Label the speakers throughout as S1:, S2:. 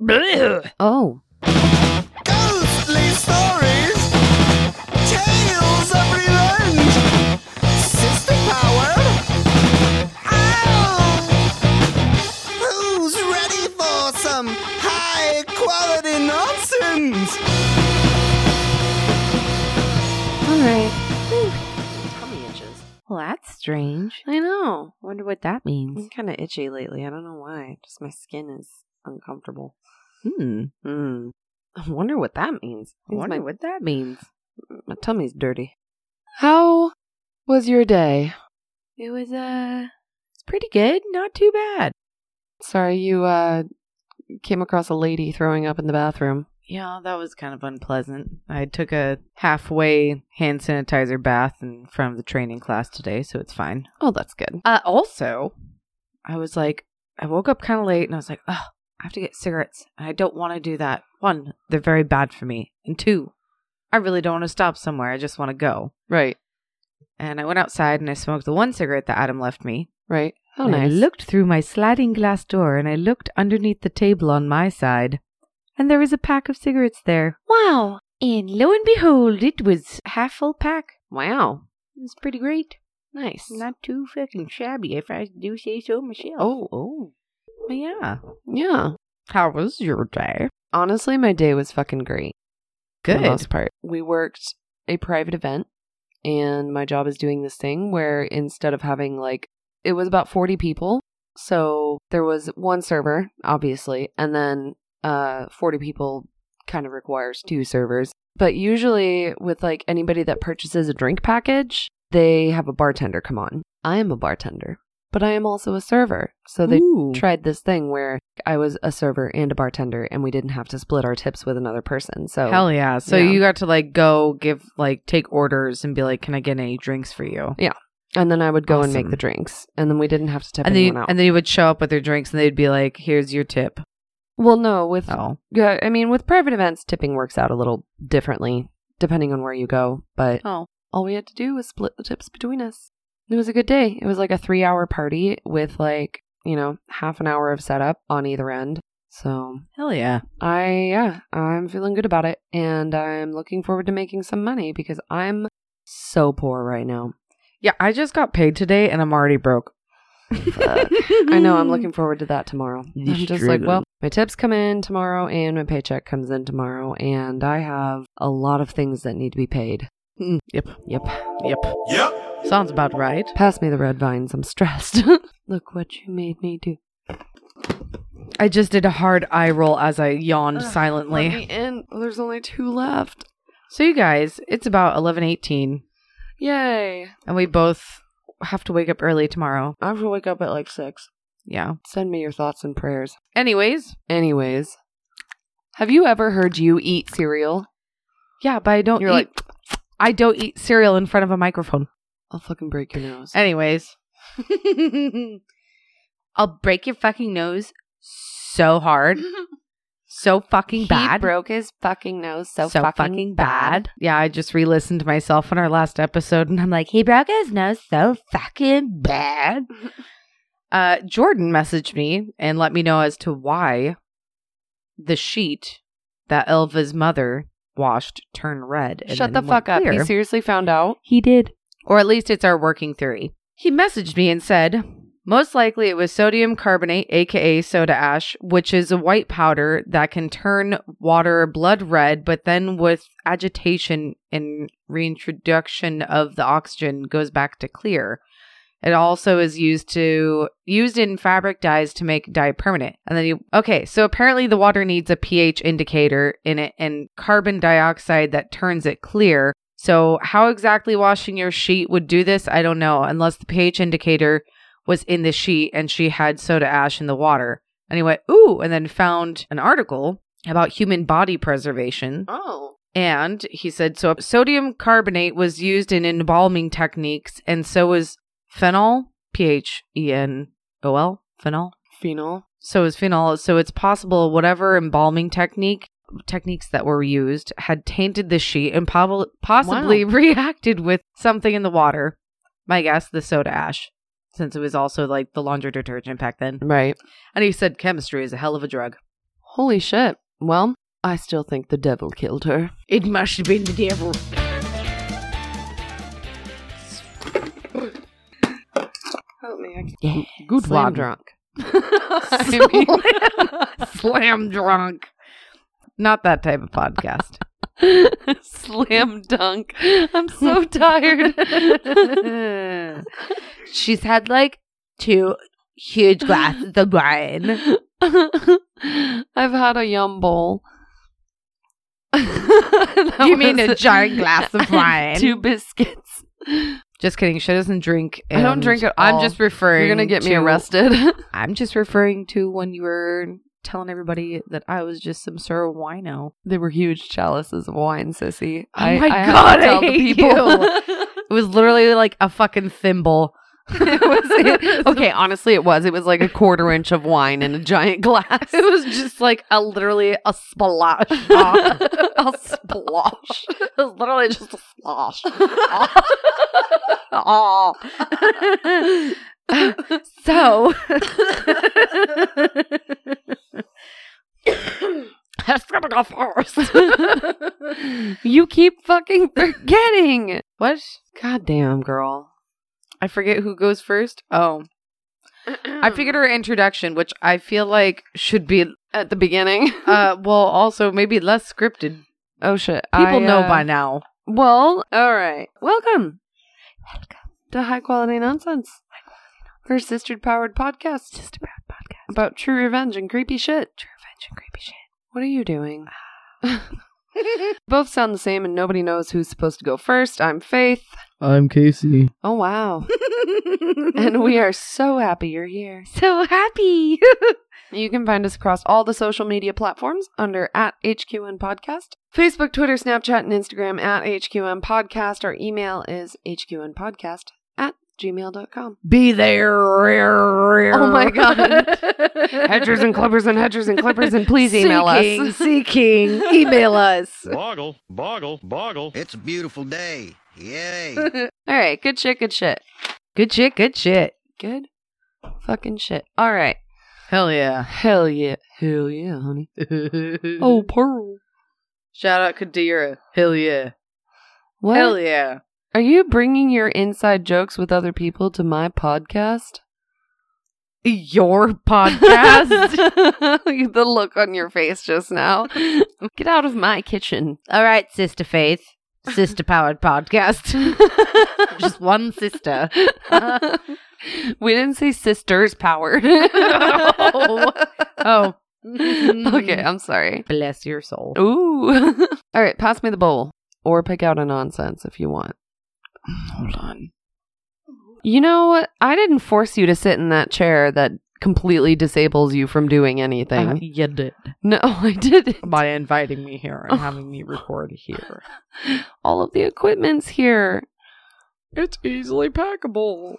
S1: Oh,
S2: Ghostly stories, tales of revenge, sister power. Ow! Who's ready for some high quality nonsense?
S3: All right.
S1: tummy itches.
S3: Well, that's strange.
S1: I know.
S3: Wonder what that
S1: I'm
S3: means.
S1: kind of itchy lately. I don't know why. Just my skin is uncomfortable.
S3: Hmm.
S1: Mm. I wonder what that means.
S3: I
S1: Means
S3: wonder
S1: my,
S3: what that means.
S1: my tummy's dirty.
S3: How was your day? It was uh it's pretty good, not too bad.
S1: Sorry, you uh came across a lady throwing up in the bathroom.
S3: Yeah, that was kind of unpleasant. I took a halfway hand sanitizer bath in front of the training class today, so it's fine.
S1: Oh, that's good.
S3: Uh, also, I was like, I woke up kind of late and I was like, oh, I have to get cigarettes. And I don't want to do that. One, they're very bad for me. And two, I really don't want to stop somewhere. I just want to go.
S1: Right,
S3: And I went outside and I smoked the one cigarette that Adam left me.
S1: right. Oh,
S3: And
S1: nice.
S3: I looked through my sliding glass door and I looked underneath the table on my side. And there was a pack of cigarettes there. Wow. And lo and behold, it was half full pack.
S1: Wow,
S3: It was pretty great.
S1: nice.
S3: Not too fucking shabby, if I do say so myself.
S1: Oh, oh,
S3: But yeah.
S1: yeah.
S3: How was your day?
S1: Honestly, my day was fucking great. For the
S3: Good.
S1: most part. We worked a private event, and my job is doing this thing where instead of having like, it was about 40 people. So there was one server, obviously, and then uh, 40 people kind of requires two servers. But usually, with like anybody that purchases a drink package, they have a bartender come on. I am a bartender, but I am also a server. So they
S3: Ooh.
S1: tried this thing where I was a server and a bartender, and we didn't have to split our tips with another person. So
S3: Hell yeah. So
S1: Yeah.
S3: you got to like go give like take orders and be like, Can I get any drinks for you?
S1: And then I would go and make
S3: Awesome.
S1: the drinks, and then we didn't have to tip
S3: And then,
S1: anyone
S3: you,
S1: out.
S3: and then you would show up with their drinks and they'd be like, Here's your tip.
S1: well, no, with
S3: Oh.
S1: yeah, I mean, with private events, tipping works out a little differently depending on where you go. But
S3: Oh.
S1: all we had to do was split the tips between us. It was a good day. It was like a three-hour party with like you know half an hour of setup on either end. So
S3: Hell yeah.
S1: I yeah, I'm feeling good about it, and I'm looking forward to making some money because I'm so poor right now.
S3: Yeah, I just got paid today and I'm already broke.
S1: Fuck. I know. I'm looking forward to that tomorrow.
S3: Hmm. You
S1: I'm just like,
S3: should.
S1: well, my tips come in tomorrow and my paycheck comes in tomorrow, and I have a lot of things that need to be paid.
S3: Mm, Yep.
S1: Yep.
S3: Yep.
S2: Yep.
S3: Sounds about right.
S1: Pass me the red vines. I'm stressed. Look what you made me do.
S3: I just did a hard eye roll as I yawned
S1: Ugh,
S3: silently.
S1: Let me in. Oh, there's only two left.
S3: So you guys, it's about eleven eighteen
S1: Yay.
S3: and we both have to wake up early tomorrow.
S1: I have to wake up at like six.
S3: Yeah.
S1: Send me your thoughts and prayers.
S3: Anyways,
S1: Anyways, have you ever heard you eat cereal?
S3: yeah, but I don't
S1: You're
S3: eat
S1: like,
S3: I don't eat cereal in front of a microphone.
S1: I'll fucking break your nose.
S3: Anyways, I'll break your fucking nose so hard, so fucking
S1: He
S3: bad.
S1: broke his fucking nose so,
S3: Yeah, I just re listened to myself on our last episode and I'm like, he broke his nose so fucking bad. Uh, Jordan messaged me and let me know as to why the sheet that Elva's mother washed turned red. and
S1: Shut the
S3: then
S1: fuck
S3: went
S1: up.
S3: clear.
S1: He seriously found out.
S3: He did. Or at least it's our working theory. He messaged me and said, most likely it was sodium carbonate, aka soda ash, which is a white powder that can turn water blood red, but then with agitation and reintroduction of the oxygen goes back to clear. It also is used to used in fabric dyes to make dye permanent. And then you okay, so apparently the water needs a pH indicator in it and carbon dioxide that turns it clear. So how exactly washing your sheet would do this, I don't know, unless the pH indicator was in the sheet and she had soda ash in the water. Anyway, ooh, and then found an article about human body preservation.
S1: Oh.
S3: And he said, so sodium carbonate was used in embalming techniques, and so was phenol, P H E N O L, phenol.
S1: Phenol.
S3: So is phenol. So it's possible whatever embalming technique techniques that were used had tainted the sheet and prob- possibly reacted with something in the water. My guess, the soda ash, since it was also like the laundry detergent back then.
S1: Right.
S3: And he said chemistry is a hell of a drug.
S1: Holy shit. Well, I still think the devil killed her.
S3: It must have been the devil. Help me, I
S1: Yeah.
S3: Good
S1: Slam
S3: one.
S1: drunk.
S3: I mean- slam drunk. Not that type of podcast.
S1: Slam dunk. I'm so tired.
S3: She's had like two huge glasses of wine.
S1: I've had a yum bowl. That
S3: You mean
S1: was
S3: a giant glass of
S1: and
S3: wine?
S1: Two biscuits.
S3: Just kidding. She doesn't drink.
S1: I don't
S3: and
S1: drink at all.
S3: I'm just referring.
S1: You're going to get me
S3: to-
S1: arrested.
S3: I'm just referring to when you were telling everybody that I was just some sort of wino.
S1: they were huge chalices of wine, sissy.
S3: Oh my God, I hate It was literally like a fucking thimble.
S1: it was okay. Honestly, it was. It was like a quarter inch of wine in a giant glass.
S3: It was just like a literally a splash. off.
S1: a splosh.
S3: it was literally just a splash. so that's gonna go first.
S1: you keep fucking forgetting. What? God damn, girl.
S3: I forget who goes first. Oh. I figured her introduction, which I feel like should be
S1: At the beginning.
S3: uh well also maybe less scripted.
S1: oh shit.
S3: People
S1: I,
S3: know
S1: uh,
S3: by now.
S1: Well, all right. Welcome. Welcome to High Quality Nonsense. Her sister powered podcast. Sister powered podcast. About true revenge and creepy shit. True revenge and creepy shit. Ah. What are you doing? Both sound the same and nobody knows who's supposed to go first. I'm Faith.
S4: I'm Casey.
S1: Oh, wow. and we are so happy you're here.
S3: so happy.
S1: You can find us across all the social media platforms under at HQN Podcast. Facebook, Twitter, Snapchat, and Instagram at HQN Podcast. Our email is hqnpodcast at gmail.com.
S3: Be there. Oh
S1: my God. Hedgers and clippers and hedgers and clippers and please email
S3: seeking,
S1: us.
S3: Seeking, email us.
S5: Boggle, boggle, boggle.
S2: It's a beautiful day. Yay.
S1: All right. Good shit. Good shit.
S3: Good shit, good shit.
S1: Good fucking shit. All right.
S3: Hell yeah.
S1: Hell yeah. Hell yeah, honey.
S3: oh,
S1: Oh, Pearl.
S3: shout out Kadira. Hell yeah.
S1: What?
S3: Hell yeah.
S1: Are you bringing your inside jokes with other people to my podcast?
S3: Your podcast.
S1: the look on your face just now. Get out of my kitchen.
S3: All right, Sister Faith. Sister powered podcast. Just one sister.
S1: we didn't say sisters powered.
S3: No. Oh.
S1: okay,
S3: okay. Oh,
S1: I'm sorry.
S3: Bless your soul.
S1: Mm. Ooh. All right, pass me the bowl or pick out a nonsense if you want. Hold on. You know, I didn't force you to sit in that chair that completely disables you from doing anything.
S3: you Oh. did.
S1: no, I didn't.
S3: By Uh, inviting me here and having me record here.
S1: All of the equipment's here.
S3: It's easily packable.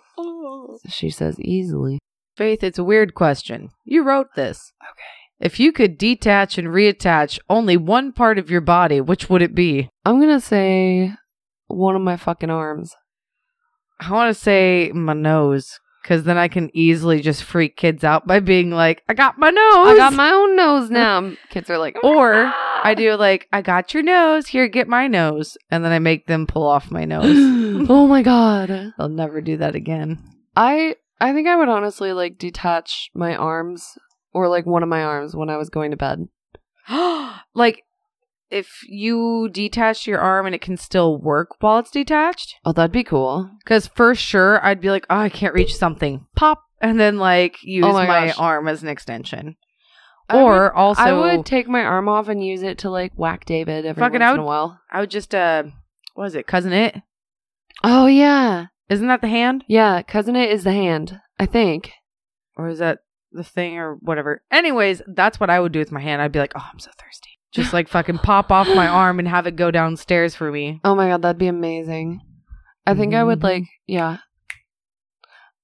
S1: She says easily.
S3: Faith, it's a weird question. You wrote this. Okay. If you could detach and reattach only one part of your body, which would it be?
S1: I'm gonna say one of my fucking arms.
S3: I want to say my nose, because then I can easily just freak kids out by being like, I got my nose.
S1: I got my own nose now. Kids are like,
S3: Or I do like, I got your nose. Here, get my nose. And then I make them pull off my nose.
S1: oh my god.
S3: They'll never do that again.
S1: I I think I would honestly like detach my arms or like one of my arms when I was going to bed.
S3: like, if you detach your arm and it can still work while it's detached,
S1: Oh, that'd be cool.
S3: Because for sure, I'd be like, oh, I can't reach something. Pop. And then, like, use
S1: Oh my
S3: my,
S1: gosh.
S3: arm as an extension.
S1: I
S3: or also,
S1: I would take my arm off and use it to like whack David every
S3: Fucking
S1: once
S3: out.
S1: in a while.
S3: I would just, uh, what is it? Cousin it?
S1: Oh yeah,
S3: Isn't that the hand?
S1: yeah. Cousin it is the hand. I think.
S3: Or is that the thing or whatever? Anyways, that's what I would do with my hand. I'd be like, oh, I'm so thirsty. Just like fucking pop off my arm and have it go downstairs for me.
S1: Oh my god, that'd be amazing. I think I would
S3: Mhm.
S1: like, yeah.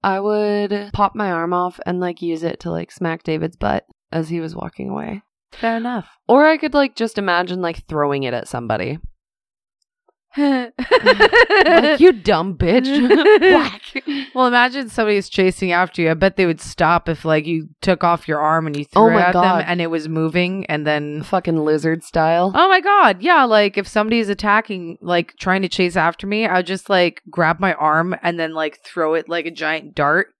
S1: I would pop my arm off and like use it to like smack David's butt as he was walking away.
S3: Fair enough.
S1: Or I could like just imagine like throwing it at somebody. like, you dumb bitch. Whack.
S3: well, imagine somebody's chasing after you. I bet they would stop if, like, you took off your arm and you threw
S1: Oh
S3: it
S1: my
S3: at
S1: God.
S3: them and it was moving. And then,
S1: Fucking lizard style.
S3: oh my God, yeah, like if somebody's attacking, like trying to chase after me, I would just like grab my arm and then like throw it like a giant dart,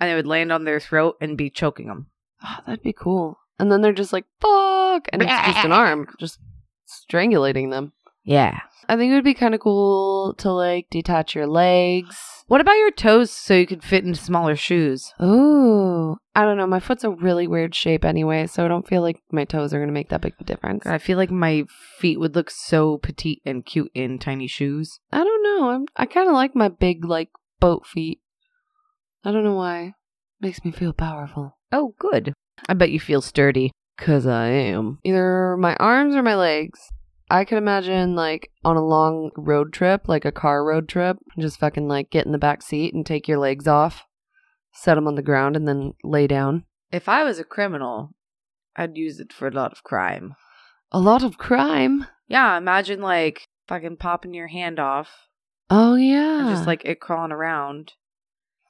S3: and it would land on their throat and be choking them.
S1: Oh, that'd be cool. And then they're just like, fuck. And it's just an arm just strangulating them.
S3: Yeah.
S1: I think it would be kind of cool to like detach your legs.
S3: What about your toes so you could fit in smaller shoes?
S1: Ooh. I don't know. My foot's a really weird shape anyway, so I don't feel like my toes are going to make that big of a difference.
S3: God, I feel like my feet would look so petite and cute in tiny shoes.
S1: I don't know. I'm, I kind of like my big, like, boat feet. I don't know why. Makes me feel powerful.
S3: Oh, good. I bet you feel sturdy.
S1: Because I am. Either my arms or my legs. I could imagine, like, on a long road trip, like a car road trip, just fucking, like, get in the back seat and take your legs off, set them on the ground, and then lay down.
S3: If I was a criminal, I'd use it for a lot of crime.
S1: A lot of crime.
S3: Yeah, imagine like fucking popping your hand off
S1: Oh, yeah.
S3: and just like it crawling around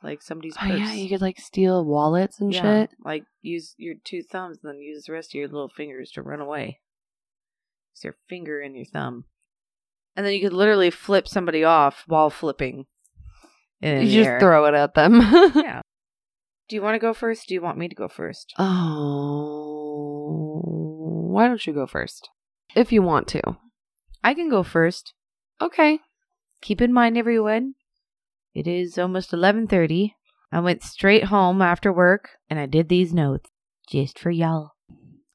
S3: like somebody's
S1: Oh,
S3: purse.
S1: yeah, you could, like, steal wallets and
S3: Yeah,
S1: shit.
S3: Like use your two thumbs and then use the rest of your little fingers to run away. Use your finger and your thumb. And then you could literally flip somebody off while flipping. in
S1: you
S3: the
S1: just
S3: air.
S1: throw it at them.
S3: Yeah. Do you want to go first? Do you want me to go first?
S1: Oh, why don't you go first? If you want to.
S3: I can go first.
S1: Okay.
S3: Keep in mind, everyone, it is almost eleven thirty. I went straight home after work and I did these notes just for y'all.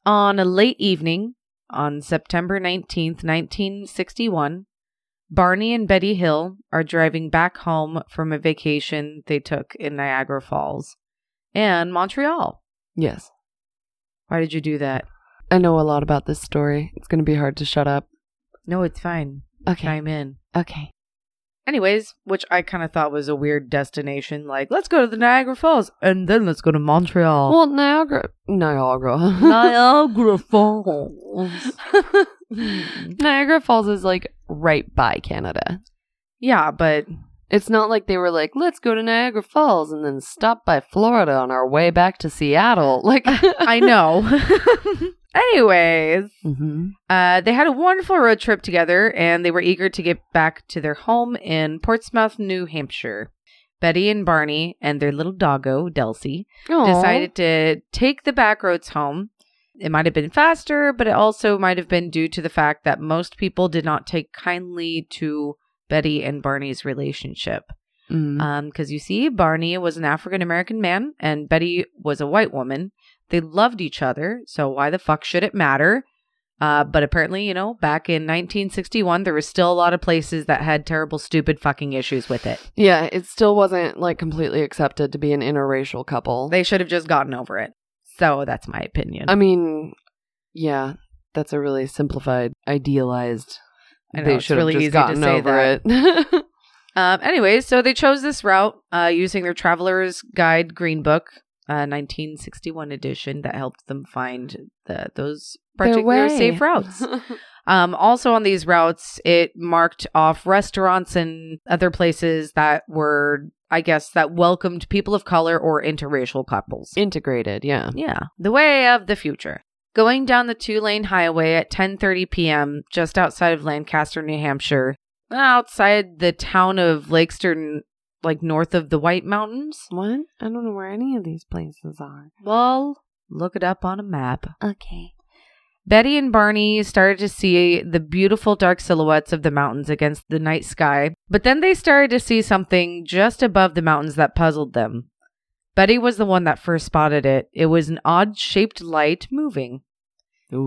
S3: On a late evening on September nineteenth, nineteen sixty-one, Barney and Betty Hill are driving back home from a vacation they took in Niagara Falls and Montreal.
S1: Yes.
S3: Why did you do that?
S1: I know a lot about this story. It's going to be hard to shut up.
S3: No, it's fine.
S1: Okay.
S3: I'm in.
S1: Okay.
S3: Anyways, which I kind of thought was a weird destination. Like, let's go to the Niagara Falls and then let's go to Montreal.
S1: Well, Niagara. Niagara.
S3: Niagara Falls.
S1: Niagara Falls is like right by Canada.
S3: yeah, but
S1: It's not like they were like, let's go to Niagara Falls and then stop by Florida on our way back to Seattle. Like,
S3: I know. Anyways,
S1: hmm
S3: uh, they had a wonderful road trip together and they were eager to get back to their home in Portsmouth, New Hampshire. Betty and Barney and their little doggo, Delcy, decided to take the back roads home. It might have been faster, but it also might have been due to the fact that most people did not take kindly to Betty and Barney's relationship.
S1: Mm.
S3: Because you see, Barney was an African American man and Betty was a white woman. They loved each other, so why the fuck should it matter? Uh, but apparently, you know, back in 1961, there was still a lot of places that had terrible, stupid fucking issues with it.
S1: yeah, it still wasn't like completely accepted to be an interracial couple.
S3: They should have just gotten over it. So that's my opinion.
S1: I mean, yeah, that's a really simplified, idealized.
S3: I know,
S1: they
S3: it's
S1: should
S3: really
S1: have
S3: easy
S1: just
S3: to
S1: gotten
S3: say
S1: over it.
S3: Um, anyways, so they chose this route uh, using their Traveler's Guide Green Book, uh, 1961 edition, that helped them find the, those particular safe routes. um, also on these routes, it marked off restaurants and other places that were, I guess, that welcomed people of color or interracial couples.
S1: Integrated, yeah.
S3: Yeah, the way of the future. Going down the two-lane highway at 10:30 p.m. just outside of Lancaster, New Hampshire, outside the town of Lakeston, like north of the White Mountains.
S1: What? I don't know where any of these places are.
S3: Well, look it up on a map.
S1: Okay.
S3: Betty and Barney started to see the beautiful dark silhouettes of the mountains against the night sky, but then they started to see something just above the mountains that puzzled them. Betty was the one that first spotted it. It was an odd-shaped light moving.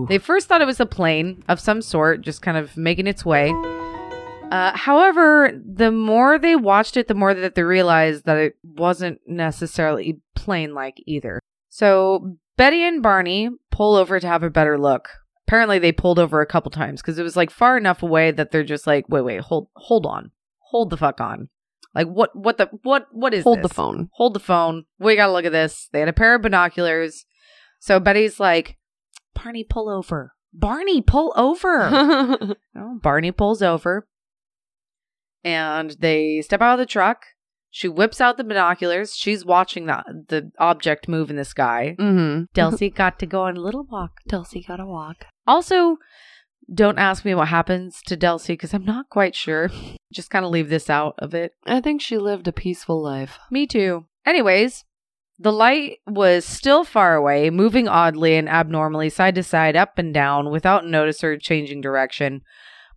S3: They first thought it was a plane of some sort, just kind of making its way. Uh, however, the more they watched it, the more that they realized that it wasn't necessarily plane like either. So Betty and Barney pull over to have a better look. Apparently, they pulled over a couple times because it was like far enough away that they're just like, wait, wait, hold, hold on, hold the fuck on. Like, what, what the, what, what is
S1: Hold
S3: this?
S1: the phone.
S3: hold the phone. We gotta look at this. They had a pair of binoculars. So Betty's like, Barney, pull over. Barney, pull over. oh, Barney pulls over. and they step out of the truck. She whips out the binoculars. She's watching the the object move in the sky.
S1: Mm-hmm.
S3: Delcy got to go on a little walk.
S1: Dulcie got to walk.
S3: Also, don't ask me what happens to Delcy because I'm not quite sure. Just kind of leave this out of it.
S1: I think she lived a peaceful life.
S3: Me too. Anyways, the light was still far away, moving oddly and abnormally side to side, up and down, without notice or changing direction.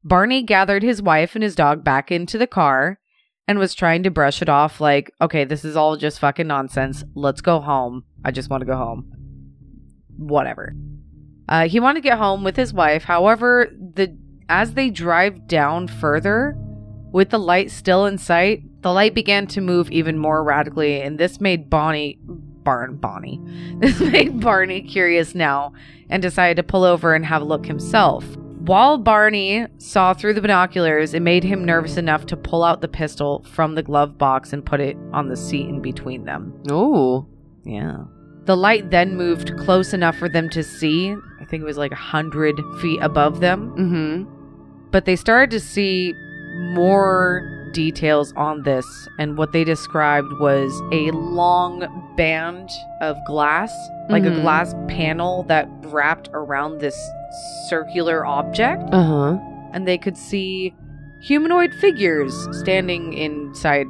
S3: Barney gathered his wife and his dog back into the car and was trying to brush it off like, okay, this is all just fucking nonsense. Let's go home. I just want to go home. Whatever. Uh, he wanted to get home with his wife. However, the as they drive down further, with the light still in sight, the light began to move even more radically, and this made Bonnie Barn Bonnie. This made Barney curious now and decided to pull over and have a look himself. While Barney saw through the binoculars, it made him nervous enough to pull out the pistol from the glove box and put it on the seat in between them.
S1: Oh,
S3: Yeah. The light then moved close enough for them to see. I think it was like a 100 feet above them
S1: mm-hmm.
S3: but they started to see more details on this and what they described was a long band of glass like
S1: Mhm.
S3: a glass panel that wrapped around this circular object
S1: Uh huh.
S3: and they could see humanoid figures standing inside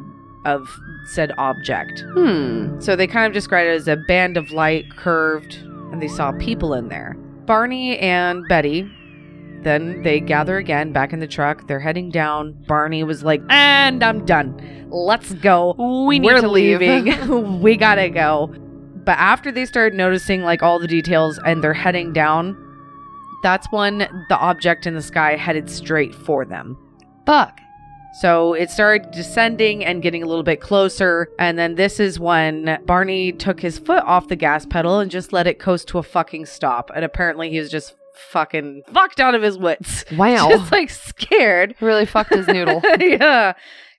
S3: of said object
S1: Hmm.
S3: so they kind of described it as a band of light curved, and they saw people in there. Barney and Betty. Then they gather again back in the truck. They're heading down. Barney was like, and I'm done. Let's go.
S1: We
S3: We're leaving. we gotta go. But after they started noticing like all the details and they're heading down, that's when the object in the sky headed straight for them.
S1: Fuck.
S3: So it started descending and getting a little bit closer. And then this is when Barney took his foot off the gas pedal and just let it coast to a fucking stop. And apparently he was just fucking fucked out of his wits.
S1: Wow.
S3: Just like scared.
S1: really fucked his noodle.
S3: yeah.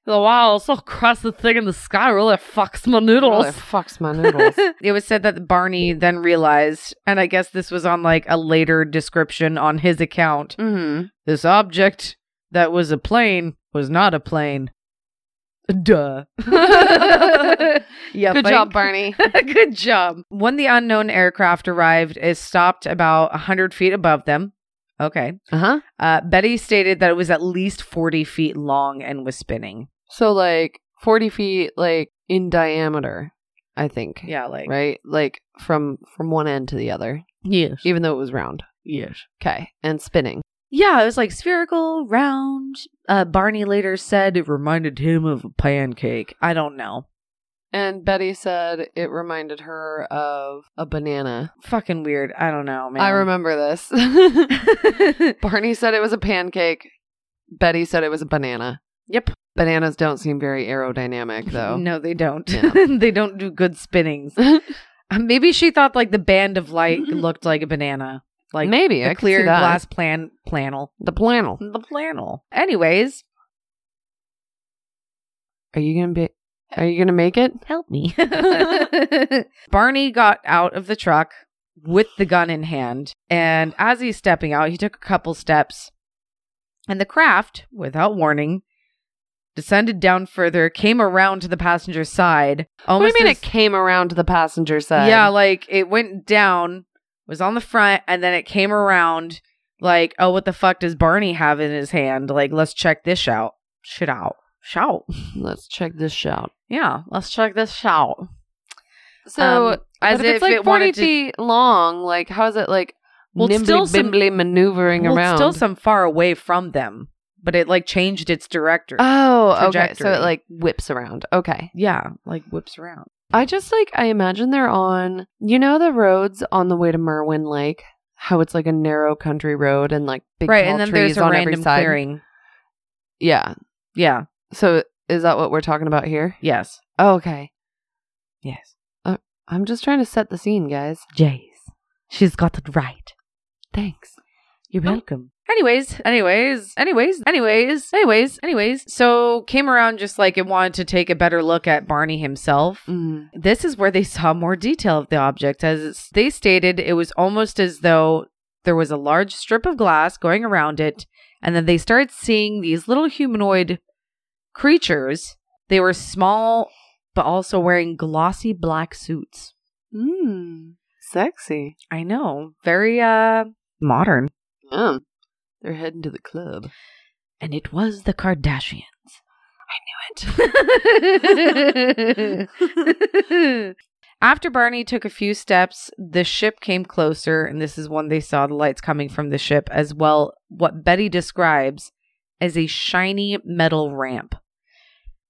S3: The wow, so cross the thing in the sky really fucks my noodles.
S1: Really fucks my noodles.
S3: it was said that Barney then realized, and I guess this was on like a later description on his account,
S1: mm-hmm.
S3: this object that was a plane was not a plane. Duh. yeah,
S1: Good job, Barney.
S3: Good job. When the unknown aircraft arrived, it stopped about 100 feet above them. Okay.
S1: Uh huh.
S3: Uh, Betty stated that it was at least 40 feet long and was spinning.
S1: So like forty feet, like in diameter, I think.
S3: Yeah, like.
S1: Right. Like from from one end to the other,
S3: Yes.
S1: even though it was round.
S3: Yes.
S1: Okay. And spinning.
S3: Yeah, it was like spherical, round. Uh, Barney later said it reminded him of a pancake. I don't know.
S1: And Betty said it reminded her of a banana.
S3: Fucking weird. I don't know, man.
S1: I remember this.
S3: remember.
S1: Barney said it was a pancake. Betty said it was a banana.
S3: Yep.
S1: Bananas don't seem very aerodynamic, though.
S3: No, they don't.
S1: Yeah.
S3: they don't do good spinnings. Uh, Maybe she thought like the band of light looked like a banana, like
S1: Maybe
S3: a
S1: I could see
S3: clear
S1: that.
S3: glass plan planel.
S1: The planel.
S3: The planel. Anyways,
S1: Are you gonna be? Are you gonna make it?
S3: help me. Barney got out of the truck with the gun in hand, and as he's stepping out, he took a couple steps, and the craft, without warning, descended down further, came around to the passenger side.
S1: What do
S3: Almost
S1: you mean
S3: as-
S1: it came around to the passenger side?
S3: Yeah, like it went down, was on the front, and then it came around like, oh, what the fuck does Barney have in his hand? Like, let's check this out. Shit out. Shout.
S1: Let's check this out.
S3: Yeah, let's check this out.
S1: So,
S3: Um, as
S1: but
S3: if,
S1: it's like
S3: it
S1: forty
S3: wanted to.
S1: feet long, like how is it like
S3: Well, it's
S1: nimbly
S3: still some-
S1: bimbly maneuvering
S3: Well, it's
S1: around?
S3: still some far away from them, but it like changed its director.
S1: oh, okay. So
S3: trajectory.
S1: it like whips around. Okay.
S3: yeah, like whips around.
S1: I just like I imagine they're on you know the roads on the way to Merwin Lake, how it's like a narrow country road and like big
S3: right,
S1: tall
S3: and then
S1: trees
S3: there's a
S1: on
S3: random
S1: every side.
S3: clearing.
S1: Yeah.
S3: Yeah.
S1: So is that what we're talking about here?
S3: Yes.
S1: Oh, okay.
S3: Yes.
S1: I'm just trying to set the scene, guys.
S3: Jays. She's got it right.
S1: Thanks.
S3: You're welcome. Oh. Anyways, anyways, anyways, anyways, anyways, anyways. So came around just like it wanted to take a better look at Barney himself.
S1: Mm.
S3: This is where they saw more detail of the object, as it's- they stated it was almost as though there was a large strip of glass going around it, and then they started seeing these little humanoid creatures. They were small, but also wearing glossy black suits.
S1: Mmm. Sexy.
S3: I know, very uh modern.
S1: Yeah. They're heading to the club.
S3: And it was the Kardashians. After Barney took a few steps, the ship came closer, and this is when they saw the lights coming from the ship, as well what Betty describes as a shiny metal ramp.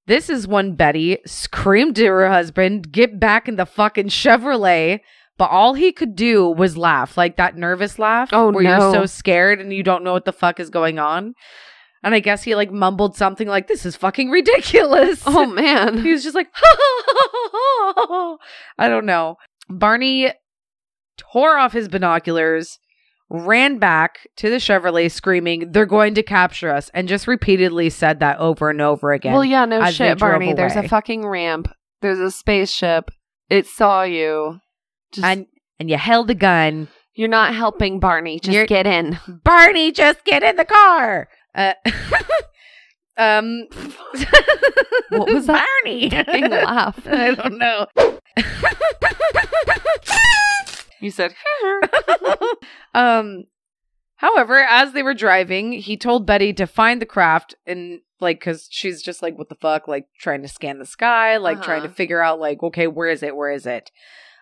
S3: This is when Betty screamed to her husband, "Get back in the fucking Chevrolet!" But all he could do was laugh, like that nervous laugh,
S1: Oh,
S3: where
S1: no.
S3: you're so scared and you don't know what the fuck is going on. And I guess he like mumbled something like, "This is fucking ridiculous."
S1: Oh man.
S3: He was just like, I don't know. Barney tore off his binoculars, ran back to the Chevrolet, screaming, They're going to capture us, and just repeatedly said that over and over again.
S1: Well, yeah, no
S3: as they
S1: shit,
S3: drove
S1: Barney. There's a
S3: away.
S1: fucking ramp. There's a spaceship. It saw you. Just
S3: and and you held a gun.
S1: you're not helping Barney. Just
S3: You're-
S1: get in.
S3: Barney, just get in the car. Uh, um
S1: What was that
S3: Barney?
S1: fucking laugh?
S3: I don't know.
S1: You said
S3: um however as they were driving he told betty to find the craft and like because she's just like what the fuck like trying to scan the sky like trying to
S1: Uh-huh.
S3: figure out like okay where is it where is it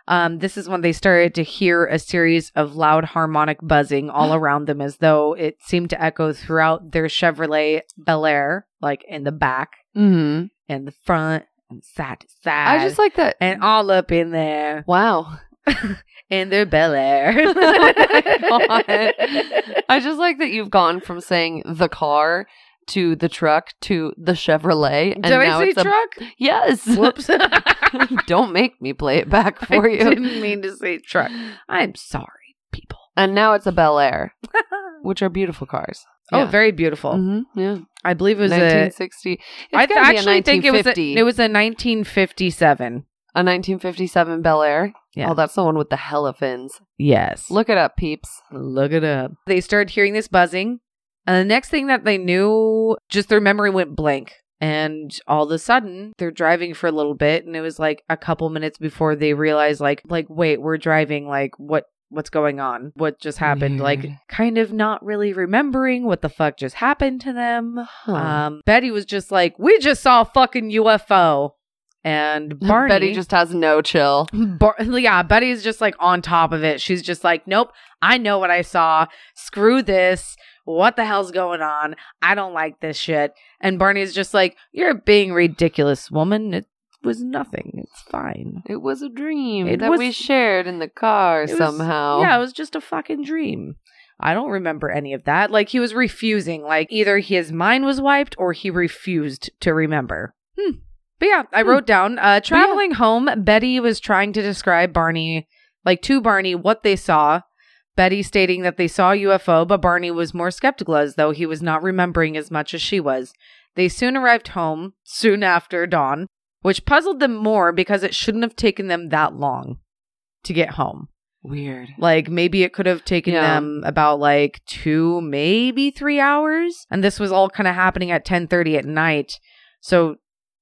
S3: um this is when they started to hear a series of loud harmonic buzzing all around them as though it seemed to echo throughout their chevrolet bel air like in the back
S1: mm-hmm.
S3: and the front and side to side
S1: I just like that.
S3: and all up in there
S1: wow.
S3: in their Bel Air.
S1: my God. I just like that you've gone from saying the car to the truck to the Chevrolet. And
S3: Did I
S1: now
S3: say
S1: it's a-
S3: truck?
S1: yes.
S3: Whoops. I
S1: Don't make me play it back for you.
S3: didn't mean to say truck. I'm sorry, people.
S1: And now it's a Bel Air, which are beautiful cars.
S3: Oh,
S1: Yeah.
S3: very beautiful.
S1: hmm Yeah.
S3: I believe Mm-hmm. it was a.
S1: 1960. It's
S3: I
S1: gotta be a
S3: actually think it was a,
S1: 1950.
S3: it was a 1957.
S1: a 1957 Bel Air.
S3: Yeah.
S1: Oh, that's the one with the hella fins.
S3: Yes.
S1: Look it up, peeps.
S3: Look it up. They started hearing this buzzing. And the next thing that they knew, just their memory went blank. And all of a sudden, they're driving for a little bit, and it was like a couple minutes before they realized, like, like wait, we're driving. Like, what, what's going on? What just happened? Like,
S1: Weird.
S3: kind of not really remembering what the fuck just happened to them.
S1: Huh.
S3: Um, Betty was just like, we just saw a fucking UFO, and Barney
S1: Betty just has no chill.
S3: Bar- yeah, Betty's just like on top of it. She's just like, nope, I know what I saw. Screw this. What the hell's going on? I don't like this shit. And Barney's just like, you're being ridiculous, woman. It was nothing. It's fine.
S1: It was a dream
S3: It
S1: that
S3: was-
S1: we shared in the car
S3: It was-
S1: somehow.
S3: Yeah, it was just a fucking dream. I don't remember any of that. Like, he was refusing. Like, either his mind was wiped or he refused to remember. Hmm. But yeah, I
S1: Hmm.
S3: wrote down uh, traveling home, Betty was trying to describe Barney, like to Barney, what they saw. Betty stating that they saw a UFO, but Barney was more skeptical as though he was not remembering as much as she was. They soon arrived home, soon after dawn, which puzzled them more because it shouldn't have taken them that long to get home.
S1: Weird.
S3: Like maybe it could have taken
S1: Yeah.
S3: them about like two, maybe three hours. And this was all kind of happening at ten thirty at night. So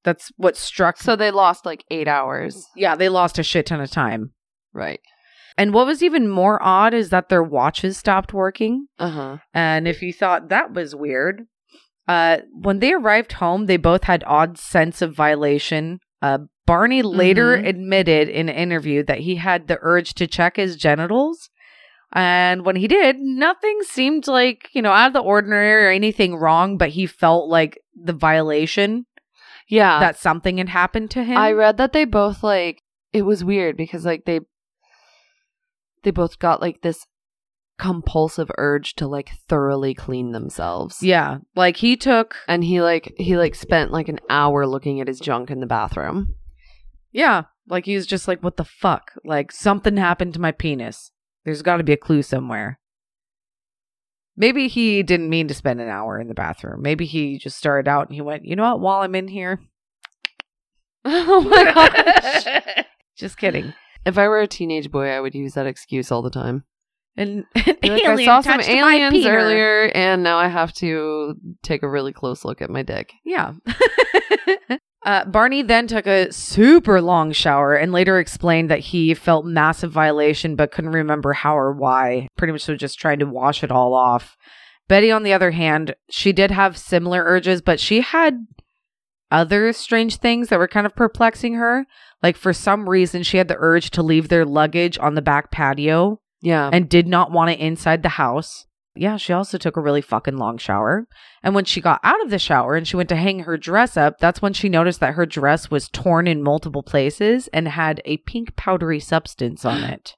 S3: that's what struck.
S1: So they lost like eight hours.
S3: yeah, they lost a shit ton of time.
S1: Right.
S3: And what was even more odd is that their watches stopped working.
S1: Uh huh.
S3: And if you thought that was weird, uh, when they arrived home, they both had odd sense of violation. Uh, Barney later
S1: Mhm.
S3: admitted in an interview that he had the urge to check his genitals. And when he did, nothing seemed like, you know, out of the ordinary or anything wrong, but he felt like the violation
S1: Yeah.
S3: that something had happened to him.
S1: Uh, I read that they both like it was weird because like they they both got like this compulsive urge to like thoroughly clean themselves.
S3: yeah. Like he took,
S1: And he like he like spent like an hour looking at his junk in the bathroom.
S3: yeah. Like he was just like, what the fuck? Like something happened to my penis. There's got to be a clue somewhere. Maybe he didn't mean to spend an hour in the bathroom. Maybe he just started out and he went, you know what, while I'm in here.
S1: oh my gosh.
S3: just kidding.
S1: if I were a teenage boy, I would use that excuse all the time.
S3: And an
S1: Be like,
S3: alien
S1: I saw some
S3: touched my
S1: aliens
S3: peter."
S1: earlier, and now I have to take a really close look at my dick.
S3: Yeah. uh, Barney then took a super long shower and later explained that he felt massive violation but couldn't remember how or why. Pretty much was just trying to wash it all off. Betty, on the other hand, she did have similar urges, but she had other strange things that were kind of perplexing her. Like for some reason, she had the urge to leave their luggage on the back patio
S1: Yeah,
S3: and did not want it inside the house. Yeah, she also took a really fucking long shower. And when she got out of the shower and she went to hang her dress up, that's when she noticed that her dress was torn in multiple places and had a pink powdery substance on it.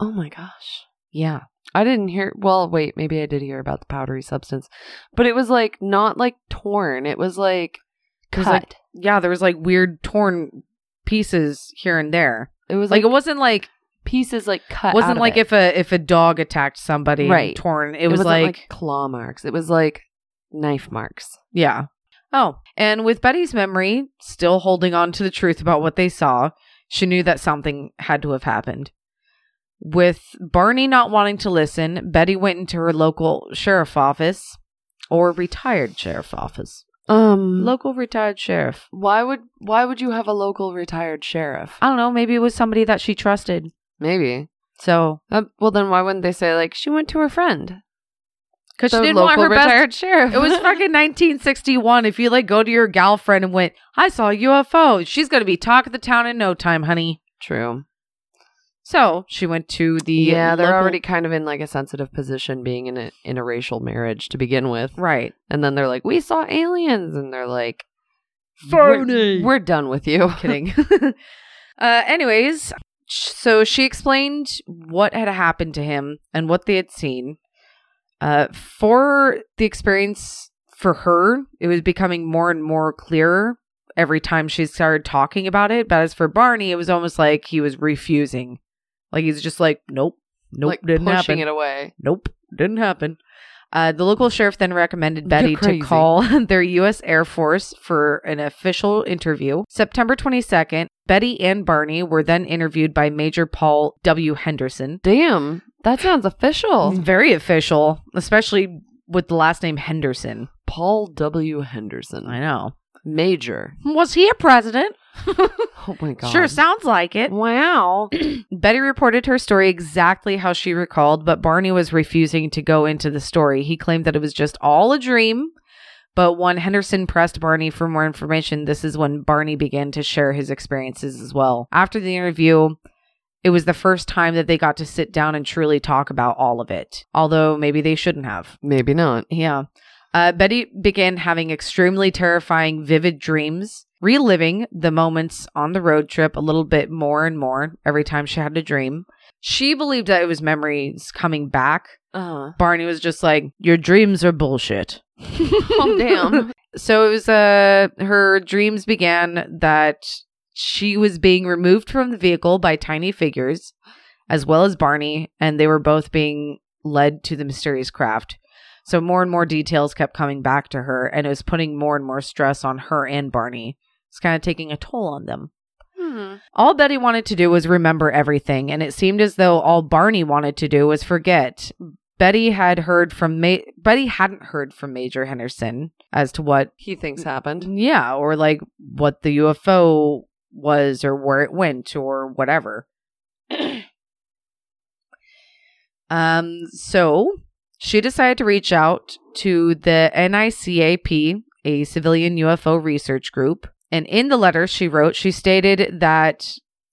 S1: oh my gosh,
S3: Yeah.
S1: I didn't hear. Well, wait, maybe I did hear about the powdery substance, but it was like not like torn. It was like
S3: It
S1: cut.
S3: was like- Yeah, there was like weird torn pieces here and there.
S1: it was
S3: Like,
S1: like,
S3: it wasn't like
S1: pieces like cut. out
S3: wasn't
S1: of
S3: like
S1: it.
S3: if a if a dog attacked somebody and
S1: Right.
S3: torn. It,
S1: it,
S3: was
S1: wasn't
S3: like,
S1: claw marks. It was like knife marks.
S3: Yeah. Oh, and with Betty's memory still holding on to the truth about what they saw, she knew that something had to have happened. With Barney not wanting to listen, Betty went into her local sheriff office or retired sheriff office.
S1: Um,
S3: Local retired sheriff.
S1: why would why would you have a local retired sheriff?
S3: I don't know, maybe it was somebody that she trusted.
S1: Maybe.
S3: So,
S1: Uh, well, then why wouldn't they say like she went to her friend?
S3: because she
S1: The
S3: didn't want
S1: local
S3: her
S1: retired
S3: best.
S1: sheriff.
S3: It was fucking 1961. If you like go to your gal friend and went, I saw a UFO, she's going to be talk of the town in no time, honey.
S1: true.
S3: So she went to the
S1: Yeah, they're
S3: local-
S1: already kind of in like a sensitive position being in a in a racial marriage to begin with,
S3: right.
S1: and then they're like, "We saw aliens," and they're like,
S3: We're,
S1: "We're, we're done with you."
S3: we're kidding. uh, anyways, sh- so she explained what had happened to him and what they had seen. Uh, for the experience for her, it was becoming more and more clearer every time she started talking about it. But as for Barney, it was almost like he was refusing. Like he's just like, nope, nope,
S1: like
S3: didn't
S1: pushing
S3: happen.
S1: it away.
S3: Nope, didn't happen. Uh, the local sheriff then recommended Betty to
S1: crazy.
S3: call their U.S. Air Force for an official interview. September 22nd, Betty and Barney were then interviewed by Major Paul W. Henderson.
S1: Damn, that sounds official.
S3: Very official, especially with the last name Henderson.
S1: Paul W. Henderson,
S3: I know.
S1: Major.
S3: Was he a president?
S1: Oh my god.
S3: sure, sounds like it.
S1: Wow.
S3: Betty reported her story exactly how she recalled, but Barney was refusing to go into the story. He claimed that it was just all a dream. But when Henderson pressed Barney for more information, this is when Barney began to share his experiences as well. After the interview, it was the first time that they got to sit down and truly talk about all of it, although maybe they shouldn't have.
S1: Maybe not.
S3: Yeah. Uh, Betty began having extremely terrifying, vivid dreams, reliving the moments on the road trip a little bit more and more every time she had a dream. She believed that it was memories coming back.
S1: Uh,
S3: Barney was just like, Your dreams are bullshit.
S1: oh damn.
S3: So it was uh her dreams began that she was being removed from the vehicle by tiny figures as well as Barney and they were both being led to the mysterious craft. So more and more details kept coming back to her and it was putting more and more stress on her and Barney. It's kind of taking a toll on them.
S1: Hmm.
S3: All Betty wanted to do was remember everything, and it seemed as though all Barney wanted to do was forget. Betty had heard from Ma- Betty hadn't heard from Major Henderson as to what
S1: He thinks happened.
S3: yeah, or like what the UFO was or where it went or whatever. um so she decided to reach out to the NICAP, a civilian UFO research group, and in the letter she wrote, she stated that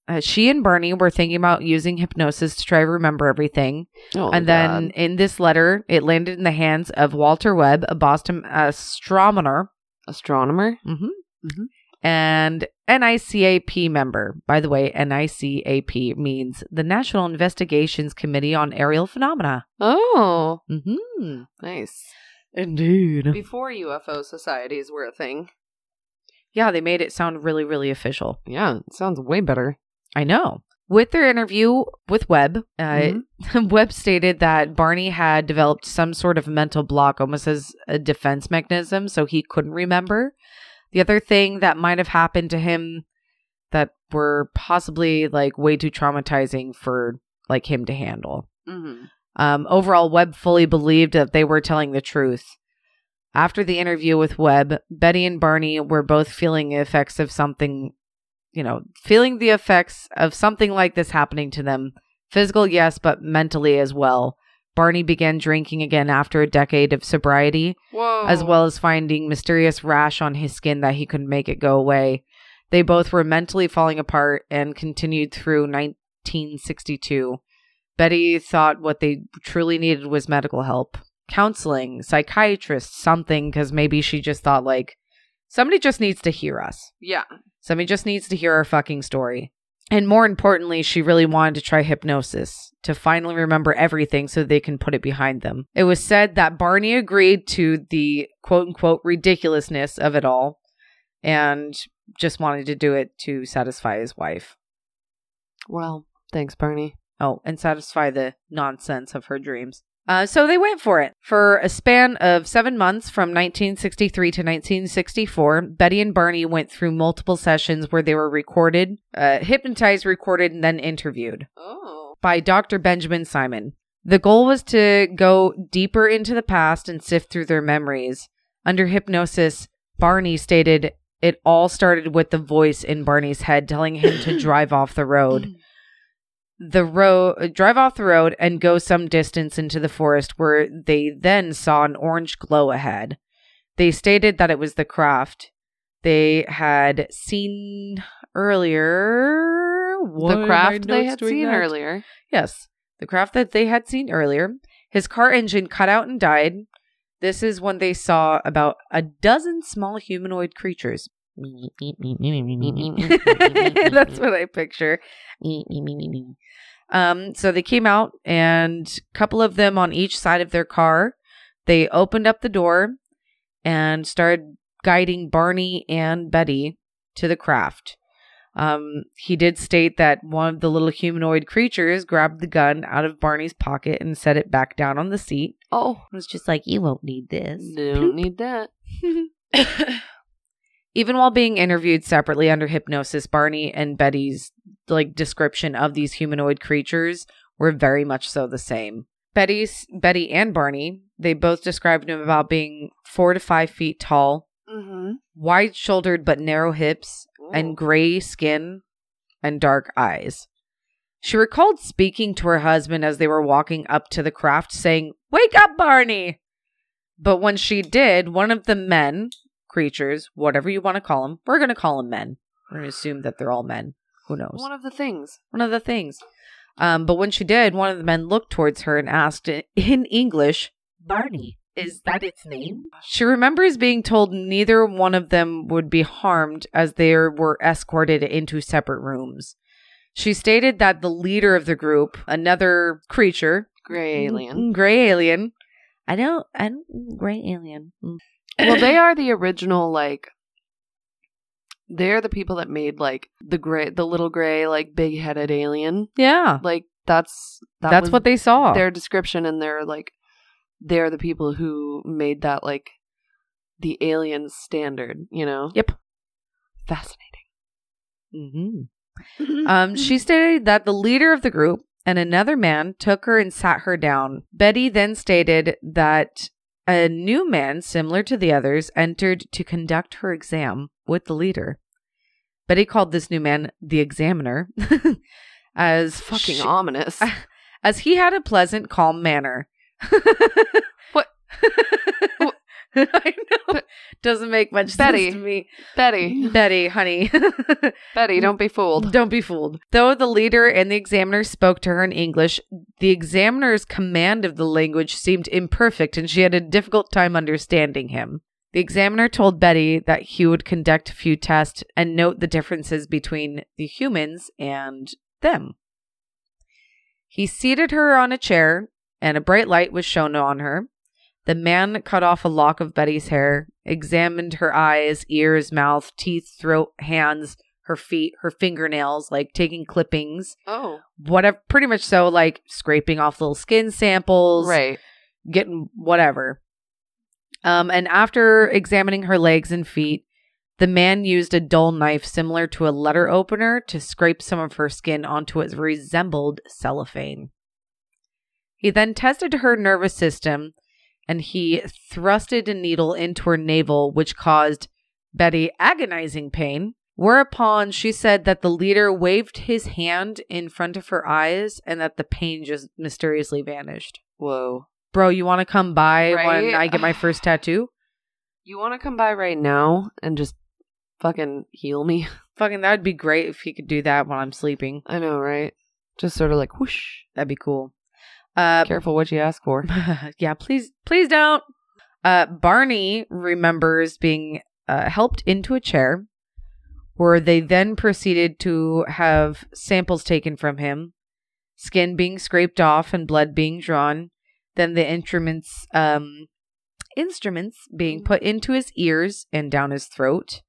S3: uh, she and Bernie were thinking about using hypnosis to try to remember everything
S1: Oh,
S3: Mm-hmm. and then
S1: God.
S3: in this letter, it landed in the hands of Walter Webb, a Boston astronomer
S1: astronomer.
S3: Mm-hmm.
S1: Mhm.
S3: And NICAP member. By the way, NICAP means the National Investigations Committee on Aerial Phenomena.
S1: Oh,
S3: Mm-hmm.
S1: nice.
S3: Indeed.
S1: Before UFO societies were a thing.
S3: Yeah, they made it sound really, really official.
S1: Yeah, it sounds way better.
S3: I know. With their interview with Webb, uh, Webb stated that Barney had developed some sort of mental block, almost as a defense mechanism, so he couldn't remember. The other thing that might have happened to him that were possibly like way too traumatizing for like him to handle.
S1: Mm-hmm.
S3: Um, overall, Webb fully believed that they were telling the truth. After the interview with Webb, Betty and Barney were both feeling the effects of something, you know, feeling the effects of something like this happening to them. Physical, yes, but mentally as well. Barney began drinking again after a decade of sobriety,
S1: Whoa.
S3: as well as finding mysterious rash on his skin that he couldn't make it go away. They both were mentally falling apart and continued through 1962. Betty thought what they truly needed was medical help, counseling, psychiatrist, something cuz maybe she just thought like somebody just needs to hear us.
S1: Yeah.
S3: Somebody just needs to hear our fucking story. And more importantly, she really wanted to try hypnosis to finally remember everything so they can put it behind them. It was said that Barney agreed to the quote unquote ridiculousness of it all and just wanted to do it to satisfy his wife.
S1: Well, thanks, Barney.
S3: Oh, and satisfy the nonsense of her dreams. Uh, so they went for it. For a span of seven months from 1963 to 1964, Betty and Barney went through multiple sessions where they were recorded, uh, hypnotized, recorded, and then interviewed
S1: Oh.
S3: by Dr. Benjamin Simon. The goal was to go deeper into the past and sift through their memories. Under hypnosis, Barney stated it all started with the voice in Barney's head telling him to drive off the road. The road drive off the road and go some distance into the forest where they then saw an orange glow ahead. They stated that it was the craft they had seen earlier. Why are
S1: the
S3: my
S1: craft they
S3: notes
S1: had
S3: doing
S1: seen
S3: that?
S1: earlier.
S3: Yes, the craft that they had seen earlier. His car engine cut out and died. This is when they saw about a dozen small humanoid creatures. That's what I picture. Um, so they came out, and a couple of them on each side of their car. They opened up the door and started guiding Barney and Betty to the craft. Um, he did state that one of the little humanoid creatures grabbed the gun out of Barney's pocket and set it back down on the seat.
S1: Oh.
S3: It was just like, you won't need this.
S1: Don't need that.
S3: Even while being interviewed separately under hypnosis, Barney and Betty's like description of these humanoid creatures were very much so the same. Betty's Betty and Barney, they both described him about being four to five feet tall,
S1: Mm-hmm.
S3: wide shouldered but narrow hips, and gray skin and dark eyes. She recalled speaking to her husband as they were walking up to the craft, saying, Wake up, Barney! But when she did, one of the men, creatures, whatever you want to call them, we're going to call them men. We're going to assume that they're all men. Who knows?
S1: one of the things.
S3: one of the things. Um, but when she did, one of the men looked towards her and asked i- in English, Barney, is that its name? She remembers being told neither one of them would be harmed as they were escorted into separate rooms. She stated that the leader of the group, another creature, Mm-hmm,
S1: Gray alien.
S3: gray alien, I don't, I don't, gray alien. Mm.
S1: well, they are the original like they're the people that made like the gray the little gray like big-headed alien.
S3: Yeah,
S1: Like that's that
S3: that's
S1: was
S3: what they saw.
S1: their description and they're like they're the people who made that like the alien standard, you know.
S3: Yep.
S1: Fascinating.
S3: hmm Um, she
S1: Mm-hmm.
S3: stated that the leader of the group and another man took her and sat her down. Betty then stated that a new man, similar to the others, entered to conduct her exam with the leader. Betty called this new man the examiner, as
S1: fucking
S3: she-
S1: ominous.
S3: as he had a pleasant, calm manner.
S1: What?
S3: I know.
S1: But-
S3: Doesn't make much
S1: Betty.
S3: sense to me.
S1: Betty,
S3: Betty, honey.
S1: Betty, don't be fooled.
S3: Don't be fooled. Though the leader and the examiner spoke to her in English, the examiner's command of the language seemed imperfect and she had a difficult time understanding him. The examiner told Betty that he would conduct a few tests and note the differences between the humans and them. He seated her on a chair and a bright light was shone on her. The man cut off a lock of Betty's hair, examined her eyes, ears, mouth, teeth, throat, hands, her feet, her fingernails, like taking clippings,
S1: Oh,
S3: whatever, pretty much so, like scraping off little skin samples,
S1: right.
S3: getting whatever. Um, and after examining her legs and feet, the man used a dull knife similar to a letter opener to scrape some of her skin onto what resembled cellophane. He then tested her nervous system and he thrusted a needle into her navel, which caused Betty agonizing pain. Whereupon she said that the leader waved his hand in front of her eyes and that the pain just mysteriously vanished.
S1: Whoa.
S3: Bro, you want to come by when
S1: Right?
S3: I get my first tattoo?
S1: You want to come by right now and just fucking heal me?
S3: Fucking, that would be great if he could do that when I'm sleeping.
S1: I know, right? Just sort of like whoosh.
S3: That'd be cool. Uh,
S1: Careful what you ask for.
S3: yeah, please, please don't. Uh, Barney remembers being uh, helped into a chair, where they then proceeded to have samples taken from him, skin being scraped off and blood being drawn. Then the instruments, um, instruments being put into his ears and down his throat.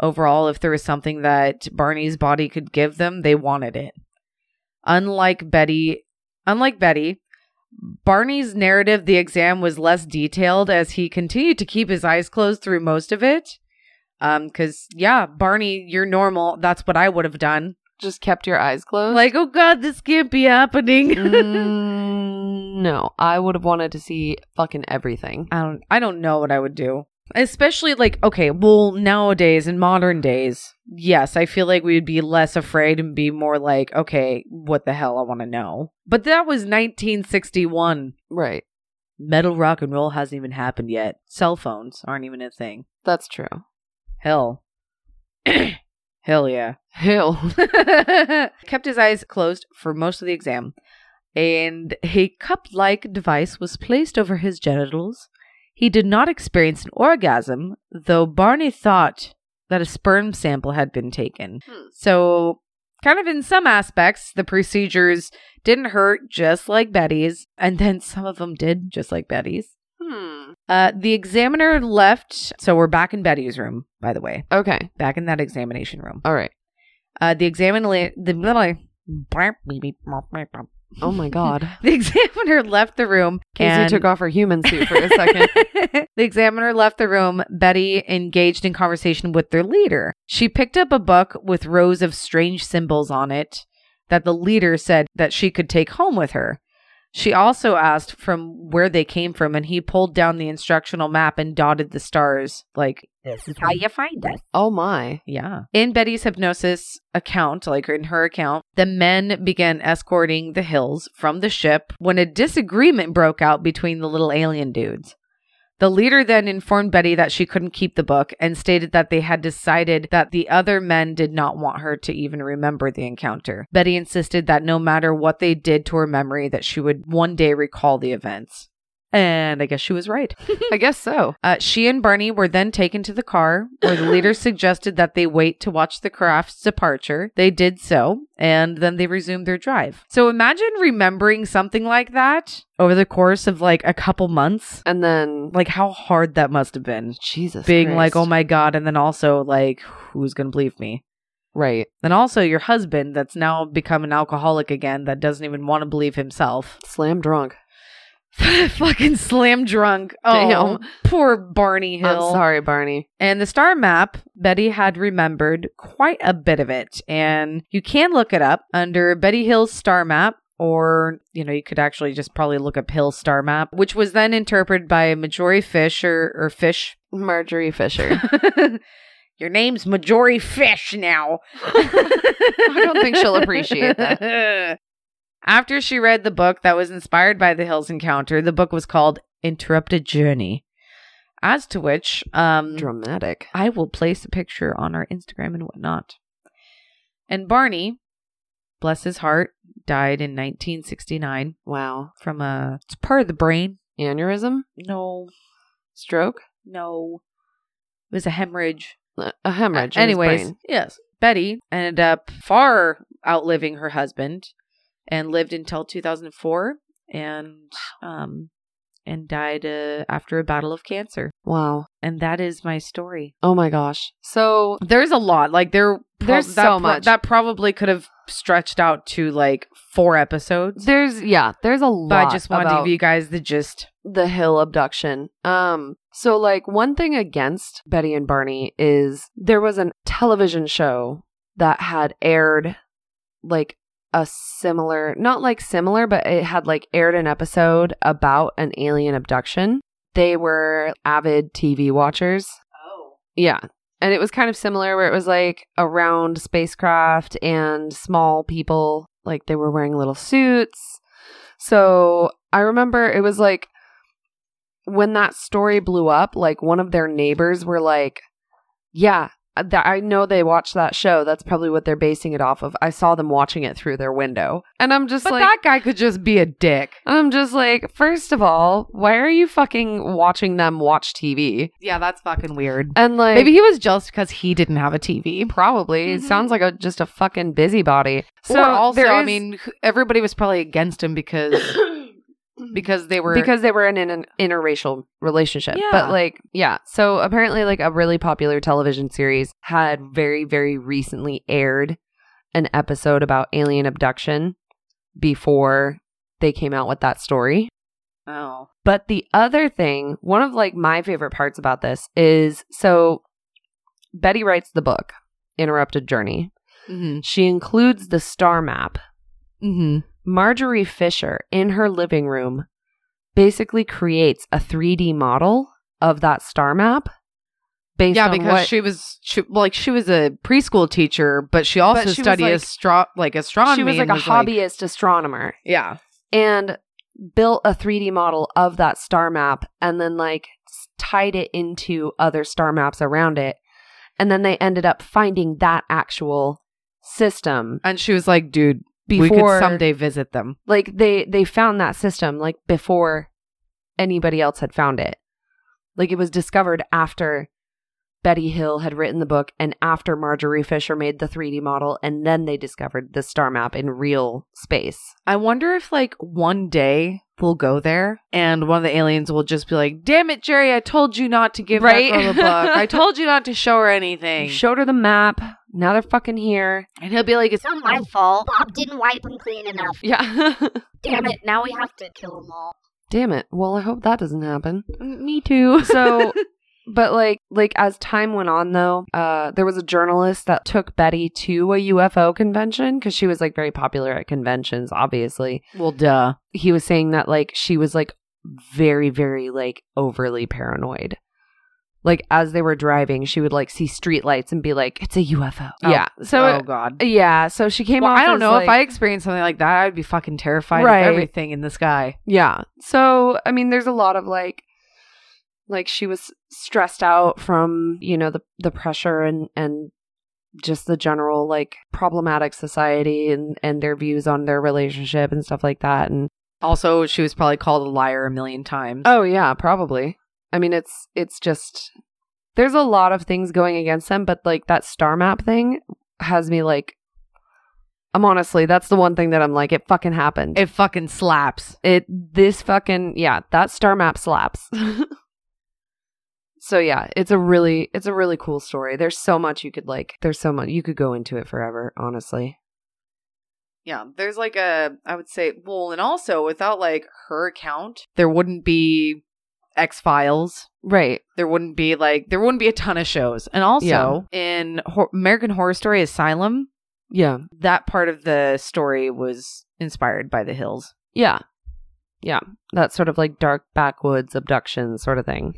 S3: Overall, if there was something that Barney's body could give them, they wanted it. Unlike Betty, unlike Betty, Barney's narrative, the exam was less detailed as he continued to keep his eyes closed through most of it. Um, cause yeah, Barney, you're normal. That's what I would have done.
S1: Just kept your eyes closed.
S3: Like, oh god, this can't be happening.
S1: Mm, no, I would have wanted to see fucking everything.
S3: I don't I don't know what I would do. Especially like okay, well nowadays in modern days, yes, I feel like we would be less afraid and be more like, okay, what the hell I want to know. But that was 1961.
S1: Right.
S3: Metal rock and roll hasn't even happened yet. Cell phones aren't even a thing.
S1: That's true.
S3: Hell. Hell yeah.
S1: Hill.
S3: Kept his eyes closed for most of the exam, and a cup like device was placed over his genitals. He did not experience an orgasm, though Barney thought that a sperm sample had been taken.
S1: Hmm.
S3: So, kind of in some aspects, the procedures didn't hurt just like Betty's, and then some of them did just like Betty's.
S1: Hmm.
S3: Uh, the examiner left, so we're back in Betty's room, by the way,
S1: Okay.
S3: back in that examination room.
S1: All right.
S3: Uh, the examiner, the little,
S1: Oh my god.
S3: the examiner left the room.
S1: Casey
S3: and-
S1: took off her human suit for a second.
S3: the examiner left the room. Betty engaged in conversation with their leader. She picked up a book with rows of strange symbols on it that the leader said that she could take home with her. She also asked from where they came from, and he pulled down the instructional map and dotted the stars like, This is how you find us.
S1: oh my.
S3: Yeah. In Betty's hypnosis account, like in her account, the men began escorting the Hills from the ship when a disagreement broke out between the little alien dudes. The leader then informed Betty that she couldn't keep the book and stated that they had decided that the other men did not want her to even remember the encounter. Betty insisted that no matter what they did to her memory that she would one day recall the events. And I guess she was right.
S1: I guess so.
S3: Uh, she and Barney were then taken to the car, where the leader suggested that they wait to watch the craft's departure. They did so, and then they resumed their drive. So imagine remembering something like that over the course of like a couple months.
S1: And then
S3: Like how hard that must have been.
S1: Jesus.
S3: Being like, oh
S1: Christ.
S3: my God. And then also, like, who's going to believe me?
S1: Right.
S3: Then also, your husband that's now become an alcoholic again that doesn't even want to believe himself.
S1: Slam drunk.
S3: Fucking slam drunk. Oh, poor Barney Hill.
S1: I'm sorry, Barney.
S3: And the star map, Betty had remembered quite a bit of it. And you can look it up under Betty Hill's star map, or, you know, you could actually just probably look up Hill's star map, which was then interpreted by Majori Fish or, or Fish.
S1: Marjorie Fisher.
S3: Your name's Majori Fish now.
S1: I don't think she'll appreciate
S3: that. After she read the book that was inspired by the Hills encounter, the book was called Interrupted Journey. As to which, um,
S1: Dramatic.
S3: I will place a picture on our Instagram and whatnot. And Barney, bless his heart, died in 1969
S1: Wow.
S3: from a it's part of the brain.
S1: Aneurysm?
S3: No,
S1: Stroke?
S3: no, it was a hemorrhage.
S1: A a hemorrhage.
S3: Uh,
S1: in his
S3: anyways,
S1: brain.
S3: yes, Betty ended up far outliving her husband, and lived until 2004, and um, and died uh, after a battle of cancer.
S1: Wow.
S3: And that is my story.
S1: Oh my gosh. So
S3: There's a lot. Like there,
S1: There's
S3: that
S1: so
S3: pro-
S1: much.
S3: that probably could have stretched out to like four episodes.
S1: there's yeah, there's a lot.
S3: but I just wanted to
S1: about
S3: give you guys the gist.
S1: the Hill abduction. Um, so like one thing against Betty and Barney is there was a television show that had aired like a similar, not like similar, but it had like aired an episode about an alien abduction. They were avid TV watchers.
S3: Oh.
S1: Yeah. And it was kind of similar where it was like a round spacecraft and small people, like they were wearing little suits. So I remember it was like when that story blew up, like one of their neighbors were like, Yeah, th- I know they watched that show. That's probably what they're basing it off of. I saw them watching it through their window. And I'm just
S3: But
S1: like,
S3: that guy could just be a dick.
S1: and I'm just like, first of all, why are you fucking watching them watch TV?
S3: Yeah, that's fucking weird.
S1: And like,
S3: Maybe he was jealous because he didn't have a TV.
S1: Probably. It
S3: Mhm.
S1: sounds like a, just a fucking busybody.
S3: So
S1: So
S3: also,
S1: there
S3: I
S1: is-
S3: mean, everybody was probably against him because because they were
S1: because they were in an interracial relationship.
S3: Yeah.
S1: But like, yeah. So apparently, like a really popular television series had very, very recently aired an episode about alien abduction before they came out with that story.
S3: oh
S1: But the other thing, one of like my favorite parts about this is so Betty writes the book, Interrupted Journey.
S3: mm-hmm.
S1: She includes the star map
S3: Mm-hmm.
S1: Marjorie Fisher in her living room basically creates a 3D model of that star map based
S3: yeah
S1: on
S3: because
S1: what
S3: she was she, like she was a preschool teacher but she also
S1: But she was,
S3: studied
S1: like-
S3: astro like astronomy
S1: she was
S3: and
S1: like a hobbyist astronomer
S3: yeah
S1: and built a 3D model of that star map and then like s- tied it into other star maps around it and then they ended up finding that actual system
S3: and she was like dude
S1: before
S3: we could someday visit them
S1: like they they found that system like before anybody else had found it like it was discovered after betty hill had written the book and after marjorie fisher made the 3d model and then they discovered the star map in real space
S3: I wonder if like one day we'll go there and one of the aliens will just be like, "Damn it, Jerry! I told you not to give
S1: Right?
S3: that girl a book. I told you not to show her anything."
S1: showed her the map now they're fucking here
S3: and he'll be like, "It's
S4: It's not my fault. Bob didn't wipe them clean enough.
S1: yeah
S4: Damn it, now we have to kill them all.
S1: damn it well i hope that doesn't happen
S3: me too."
S1: so but like like as time went on though uh there was a journalist that took betty to a ufo convention because she was like very popular at conventions obviously
S3: well, duh.
S1: he was saying that like she was like very very like overly paranoid like as they were driving she would like see streetlights and be like it's a ufo
S3: Oh.
S1: yeah so
S3: oh god.
S1: yeah so she came
S3: Well,
S1: off
S3: I don't
S1: as,
S3: know if I
S1: like-
S3: experienced something like that, I'd be fucking terrified
S1: Right.
S3: of everything in the sky.
S1: yeah so i mean there's a lot of like like she was stressed out from you know the the pressure and and just the general like problematic society and and their views on their relationship and stuff like that and
S3: Also, she was probably called a liar a million times.
S1: Oh yeah, probably. I mean, it's it's just there's a lot of things going against them, but like that star map thing has me like I'm honestly that's the one thing that I'm like it fucking happened. It,
S3: It fucking slaps.
S1: this fucking yeah, that star map slaps. so yeah, it's a really it's a really cool story. There's so much you could like there's so much you could go into it forever, honestly.
S3: Yeah, there's like a, I would say, well, and also without like her account, there wouldn't be X Files.
S1: Right.
S3: There wouldn't be like, there wouldn't be a ton of shows. And also in Hor- American Horror Story Asylum,
S1: Yeah.
S3: that part of the story was inspired by the hills.
S1: Yeah. Yeah. That sort of like dark backwoods abduction sort of thing.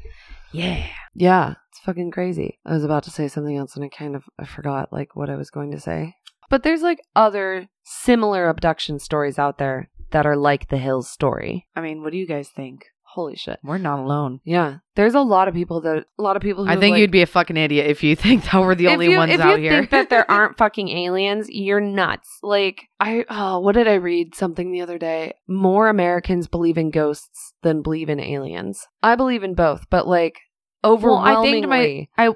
S3: Yeah.
S1: Yeah, it's fucking crazy. I was about to say something else and I kind of I forgot like what I was going to say. But there's like other similar abduction stories out there that are like the Hills story.
S3: I mean, what do you guys think?
S1: Holy shit.
S3: We're not alone.
S1: Yeah, there's a lot of people that a lot of people. Who
S3: I think you'd be a fucking idiot if you think that we're the only ones
S1: if
S3: out
S1: you
S3: here.
S1: think that there aren't fucking aliens, you're nuts. Like I, oh, what did I read something the other day? More Americans believe in ghosts than believe in aliens. I believe in both, but like overwhelmingly.
S3: I think to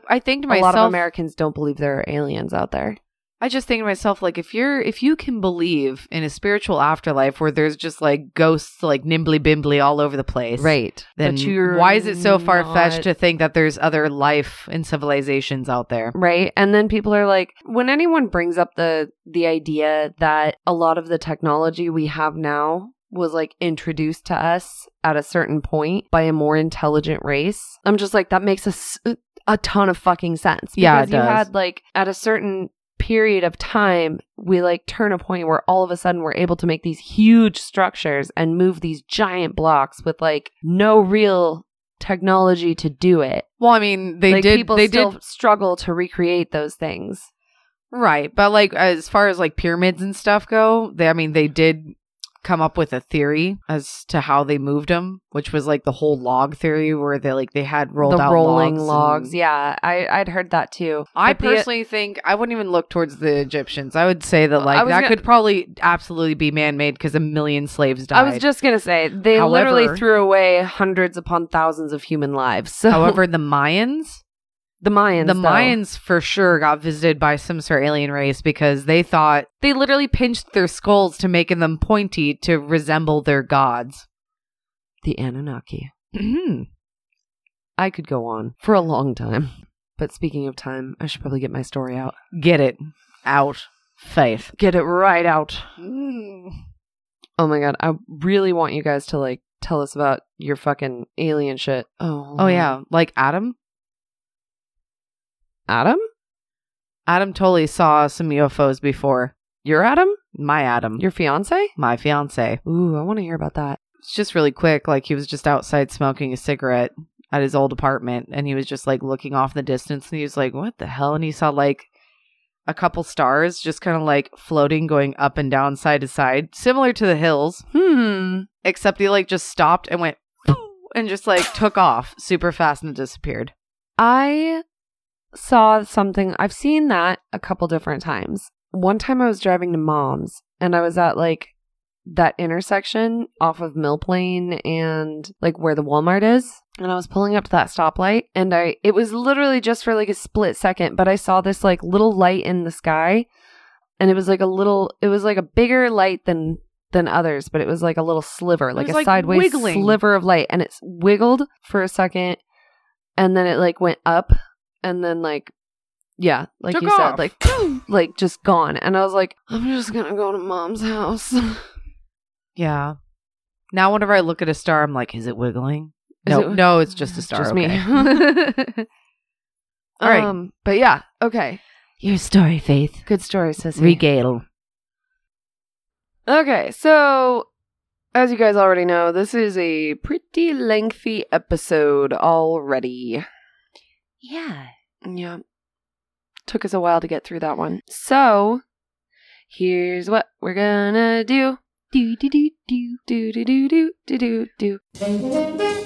S3: my, I, I think to myself,
S1: a lot of Americans don't believe there are aliens out there.
S3: I just think to myself, like, if you're if you can believe in a spiritual afterlife where there's just like ghosts like nimbly bimbly all over the place,
S1: Right.
S3: Then
S1: But you're
S3: why is it so far fetched
S1: not-
S3: to think that there's other life and civilizations out there?
S1: Right. And then people are like when anyone brings up the the idea that a lot of the technology we have now was like introduced to us at a certain point by a more intelligent race. I'm just like that makes a s- a ton of fucking sense
S3: Yeah, it
S1: you
S3: does.
S1: had like at a certain period of time, we like turn a point where all of a sudden we're able to make these huge structures and move these giant blocks with like no real technology to do it.
S3: Well, I mean, they
S1: like,
S3: did.
S1: People
S3: They
S1: still
S3: did
S1: struggle to recreate those things.
S3: right, but like as far as like pyramids and stuff go, they, I mean, they did come up with a theory as to how they moved them, which was like the whole log theory, where they like they had rolled
S1: the
S3: out
S1: rolling
S3: logs.
S1: logs.
S3: and- uh,
S1: Yeah, I I'd heard that too.
S3: I
S1: But the- uh,
S3: personally think I wouldn't even look towards the Egyptians. I would say that
S1: I
S3: like
S1: was
S3: that
S1: gonna-
S3: could probably absolutely be man made because a million slaves died.
S1: I was just gonna say they
S3: However-
S1: literally threw away hundreds upon thousands of human lives. So
S3: However, the Mayans,
S1: the Mayans,
S3: the
S1: though,
S3: Mayans for sure got visited by some sort of alien race because they thought they literally pinched their skulls to making them pointy to resemble their gods.
S1: the Anunnaki.
S3: Mhm.
S1: I could go on for a long time. But speaking of time, I should probably get my story out.
S3: Get it out, faith.
S1: Get it right out. Oh my god, I really want you guys to like tell us about your fucking alien shit. Oh,
S3: Oh yeah, like Adam.
S1: Adam,
S3: Adam totally saw some UFOs before.
S1: your Adam,
S3: My Adam,
S1: your fiance.
S3: my fiance.
S1: Ooh, I want to hear about that.
S3: it's just really quick. Like he was just outside smoking a cigarette at his old apartment, and he was just like looking off in the distance, and he was like, "What the hell?" And he saw like a couple stars just kind of like floating, going up and down, side to side, similar to the hills,
S1: Hmm.
S3: except he like just stopped and went "Pooh," and just like took off super fast and disappeared.
S1: I saw something. I've seen that a couple different times. One time I was driving to mom's and I was at like that intersection off of Mill Plain and like where the Walmart is. And I was pulling up to that stoplight and I, it was literally just for like a split second, but I saw this like little light in the sky and it was like a little, it was like a bigger light than. Than others, but it was like a little sliver, like
S3: was,
S1: a
S3: like,
S1: sideways
S3: wiggling.
S1: sliver of light, and it wiggled for a second, and then it like went up and then like yeah like
S3: Took
S1: you
S3: off.
S1: said like like just gone and i was like i'm just gonna go to mom's house is
S3: Yeah. Now, whenever I look at a star, I'm like, "Is it wiggling?" No,
S1: it-
S3: no, it's just a star.
S1: just
S3: okay.
S1: me
S3: All right.
S1: um but yeah okay
S3: Your story, Faith.
S1: good story sissy
S3: Regale.
S1: okay so as you guys already know this is a pretty lengthy episode already
S3: Yeah.
S1: yeah took us a while to get through that one so here's what we're gonna do do do do do do do do do do do do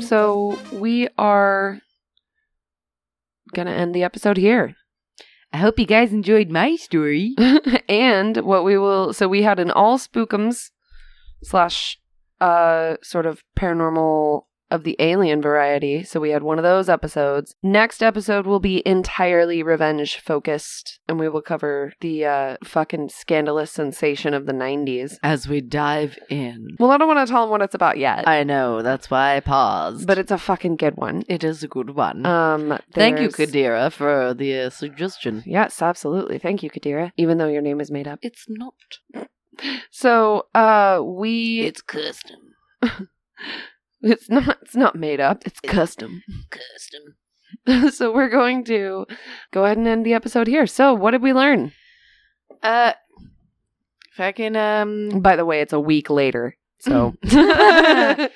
S1: So we are gonna end the episode here.
S3: I hope you guys enjoyed my story.
S1: and what we will so we had an all spookums slash uh sort of paranormal of the alien variety. So we had one of those episodes. Next episode will be entirely revenge focused and we will cover the uh fucking scandalous sensation of the 90s.
S3: As we dive in.
S1: Well, I don't want to tell them what it's about yet,
S3: I know, that's why I paused. Uh,
S1: but it's a fucking good one.
S3: it is a good one.
S1: Um
S3: Thank you,
S1: there's-
S3: Kadira, for the uh, suggestion.
S1: Yes, absolutely. Thank you, Kadira. Even though your name is made up.
S3: It's not.
S1: So, uh, we it's,
S3: custom.
S1: not it's not made up. It's custom.
S3: Custom.
S1: so we're going to go ahead and end the episode here. So, what did we learn?
S3: Uh, fucking, um.
S1: By the way, it's a week later. So,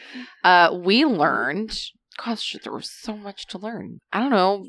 S3: uh, we learned. Gosh, there was so much to learn. I don't know.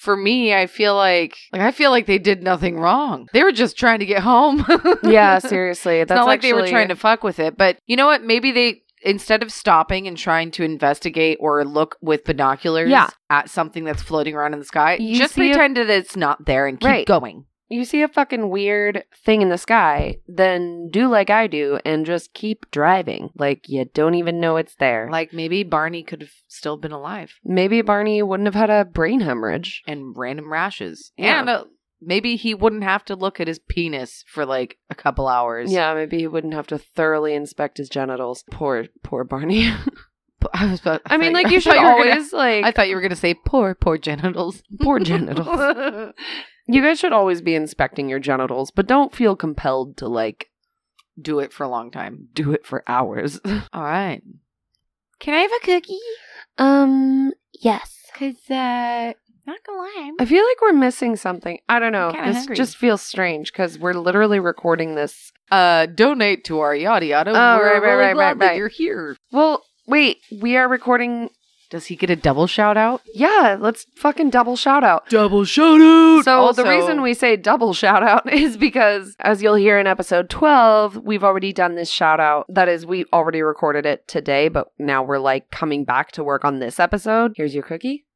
S3: For me, I feel like like I feel like they did nothing wrong. They were just trying to get home.
S1: yeah, seriously, that's
S3: It's not like they were
S1: actually-
S3: trying to fuck with it, but you know what? Maybe they instead of stopping and trying to investigate or look with binoculars
S1: Yeah.
S3: at something that's floating around in the sky,
S1: You
S3: just
S1: see a-
S3: pretend that it's not there and keep
S1: Right.
S3: going.
S1: You see a fucking weird thing in the sky, then do like I do and just keep driving like you don't even know it's there.
S3: Like maybe Barney could have still been alive
S1: Maybe Barney wouldn't have had a brain hemorrhage.
S3: and random rashes,
S1: Yeah.
S3: and uh, maybe he wouldn't have to look at his penis for like a couple hours.
S1: Yeah, maybe he wouldn't have to thoroughly inspect his genitals. Poor, poor Barney.
S3: P- I was. About,
S1: I mean,
S3: thought-
S1: like you
S3: I thought
S1: should
S3: were gonna-
S1: always like
S3: I thought you were gonna say poor, poor genitals,
S1: poor genitals. you guys should always be inspecting your genitals, but don't feel compelled to like
S3: Do it for a long time.
S1: do it for hours.
S3: All right. Can I have a cookie?
S4: Um, yes.
S3: Cause uh,
S6: Not gonna lie.
S1: I feel like we're missing something. I don't know.
S6: I'm kinda
S1: This
S6: hungry.
S1: just feels strange because we're literally recording this.
S3: Uh, donate to our yada yada.
S1: Oh,
S3: We're
S1: right, right,
S3: really
S1: right,
S3: glad
S1: right,
S3: that
S1: right.
S3: You're here.
S1: Well, wait, we are recording.
S3: Does he get a double shout out?
S1: Yeah, let's fucking double shout out.
S3: Double shout out.
S1: So the reason we say double shout out is because as you'll hear in episode 12, we've already done this shout out. That is we already recorded it today, but now we're like coming back to work on this episode. Here's your cookie.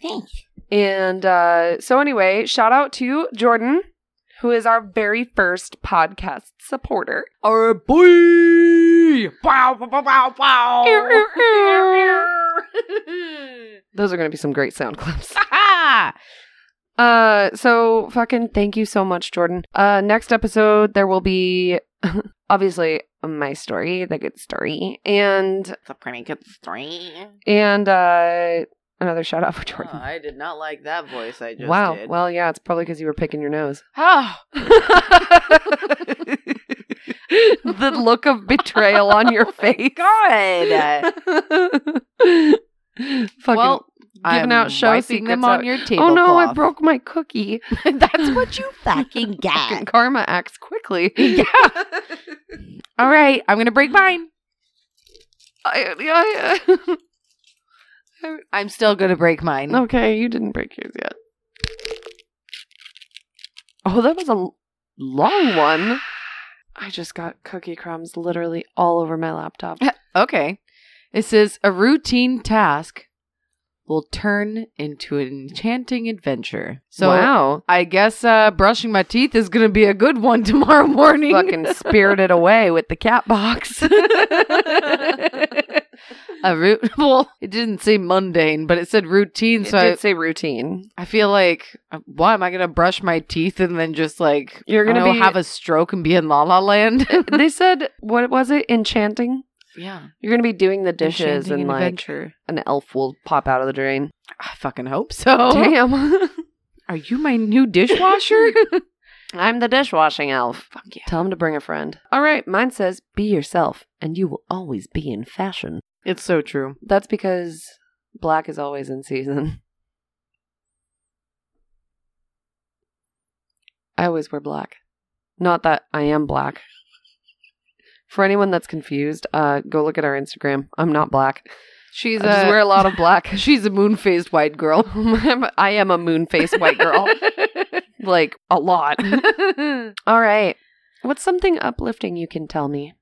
S6: Thanks.
S1: And uh so anyway, shout out to Jordan who is our very first podcast supporter.
S3: our boy. Wow! Wow! Wow!
S1: Those are going to be some great sound clips.
S3: Ah!
S1: Uh, so fucking thank you so much, Jordan. Uh, next episode there will be obviously my story, the good story, and
S6: It's a pretty good story.
S1: and uh another shout out for
S3: Oh,
S1: Jordan.
S3: I did not like that voice. I just
S1: wow.
S3: Did.
S1: Well, yeah, it's probably because you were picking your nose.
S3: Oh.
S1: the look of betrayal on your face.
S3: Oh God.
S1: Fucking
S3: well,
S1: giving
S3: I'm
S1: out show
S3: wiping
S1: secrets
S3: them on
S1: out-
S3: your table.
S1: Oh no, I broke my cookie.
S6: That's what you fucking
S1: Fucking
S6: get.
S1: karma acts quickly.
S3: yeah. All right, I'm gonna break mine.
S1: I- I- I-
S3: I'm still gonna break mine.
S1: Okay, you didn't break yours yet. Oh, that was a l- long one. I just got cookie crumbs literally all over my laptop.
S3: Okay. It says a routine task will turn into an enchanting adventure. So
S1: wow.
S3: I guess uh, brushing my teeth is gonna be a good one tomorrow morning.
S1: Fucking spirited away with the cat box.
S3: a root. Well, it didn't say mundane, but it said routine.
S1: It
S3: so I,
S1: did say routine.
S3: I feel like, uh, why am I gonna brush my teeth and then just like
S1: You're
S3: I don't
S1: gonna
S3: know,
S1: be-
S3: have a stroke and be in La La Land?
S1: they said, what was it? Enchanting?
S3: yeah,
S1: You're going to be doing the dishes
S3: Enchanting
S1: and like
S3: adventure.
S1: an elf will pop out of the drain.
S3: I fucking hope so.
S1: Oh. Damn.
S3: Are you my new dishwasher?
S1: I'm the dishwashing elf.
S3: Fuck yeah.
S1: Tell him to bring a friend. All right, mine says be yourself and you will always be in fashion.
S3: It's so true.
S1: That's because black is always in season. I always wear black. Not that I am black. For anyone that's confused, uh, go look at our Instagram. I'm not black.
S3: She's
S1: I just wear a lot of black.
S3: she's a moon faced white girl.
S1: I'm- I am a moon faced white girl. like, a lot. All right. What's something uplifting you can tell me?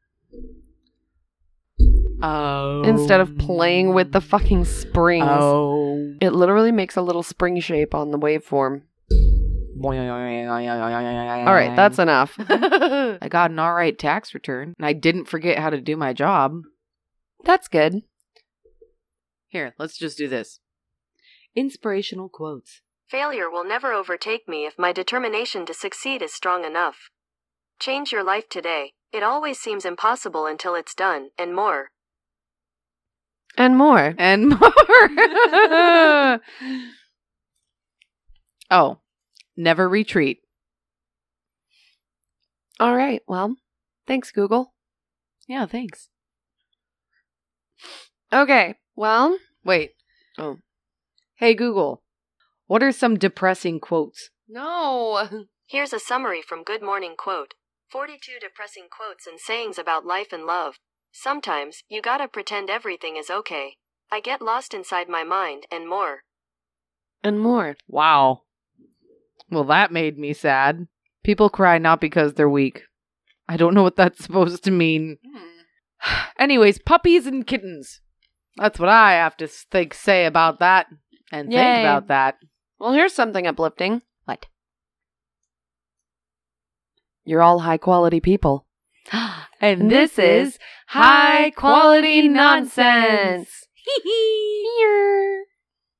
S3: oh.
S1: instead of playing with the fucking springs.
S3: Oh.
S1: It literally makes a little spring shape on the waveform. All
S3: All
S1: right, that's enough.
S3: I got an all right tax return, and I didn't forget how to do my job.
S1: That's good.
S3: Here, let's just do this. Inspirational quotes.
S7: Failure will never overtake me if my determination to succeed is strong enough. Change your life today. It always seems impossible until it's done, and more.
S1: And more.
S3: and more. oh, never retreat.
S1: All right, well, thanks, Google.
S3: Yeah, thanks.
S1: Okay, well,
S3: Wait.
S1: Oh.
S3: Hey, Google, what are some depressing quotes?
S1: no.
S7: Here's a summary from Good Morning Quote 42 depressing quotes and sayings about life and love. Sometimes, you gotta pretend everything is okay. I get lost inside my mind, and more.
S1: And more.
S3: Wow. Well, that made me sad. People cry not because they're weak. I don't know what that's supposed to mean. Anyways, puppies and kittens. That's what I have to s- think, say about that and
S1: Yay.
S3: think about that.
S1: Well, here's something uplifting.
S3: What?
S1: You're all high quality people.
S3: And
S1: this is High Quality Nonsense.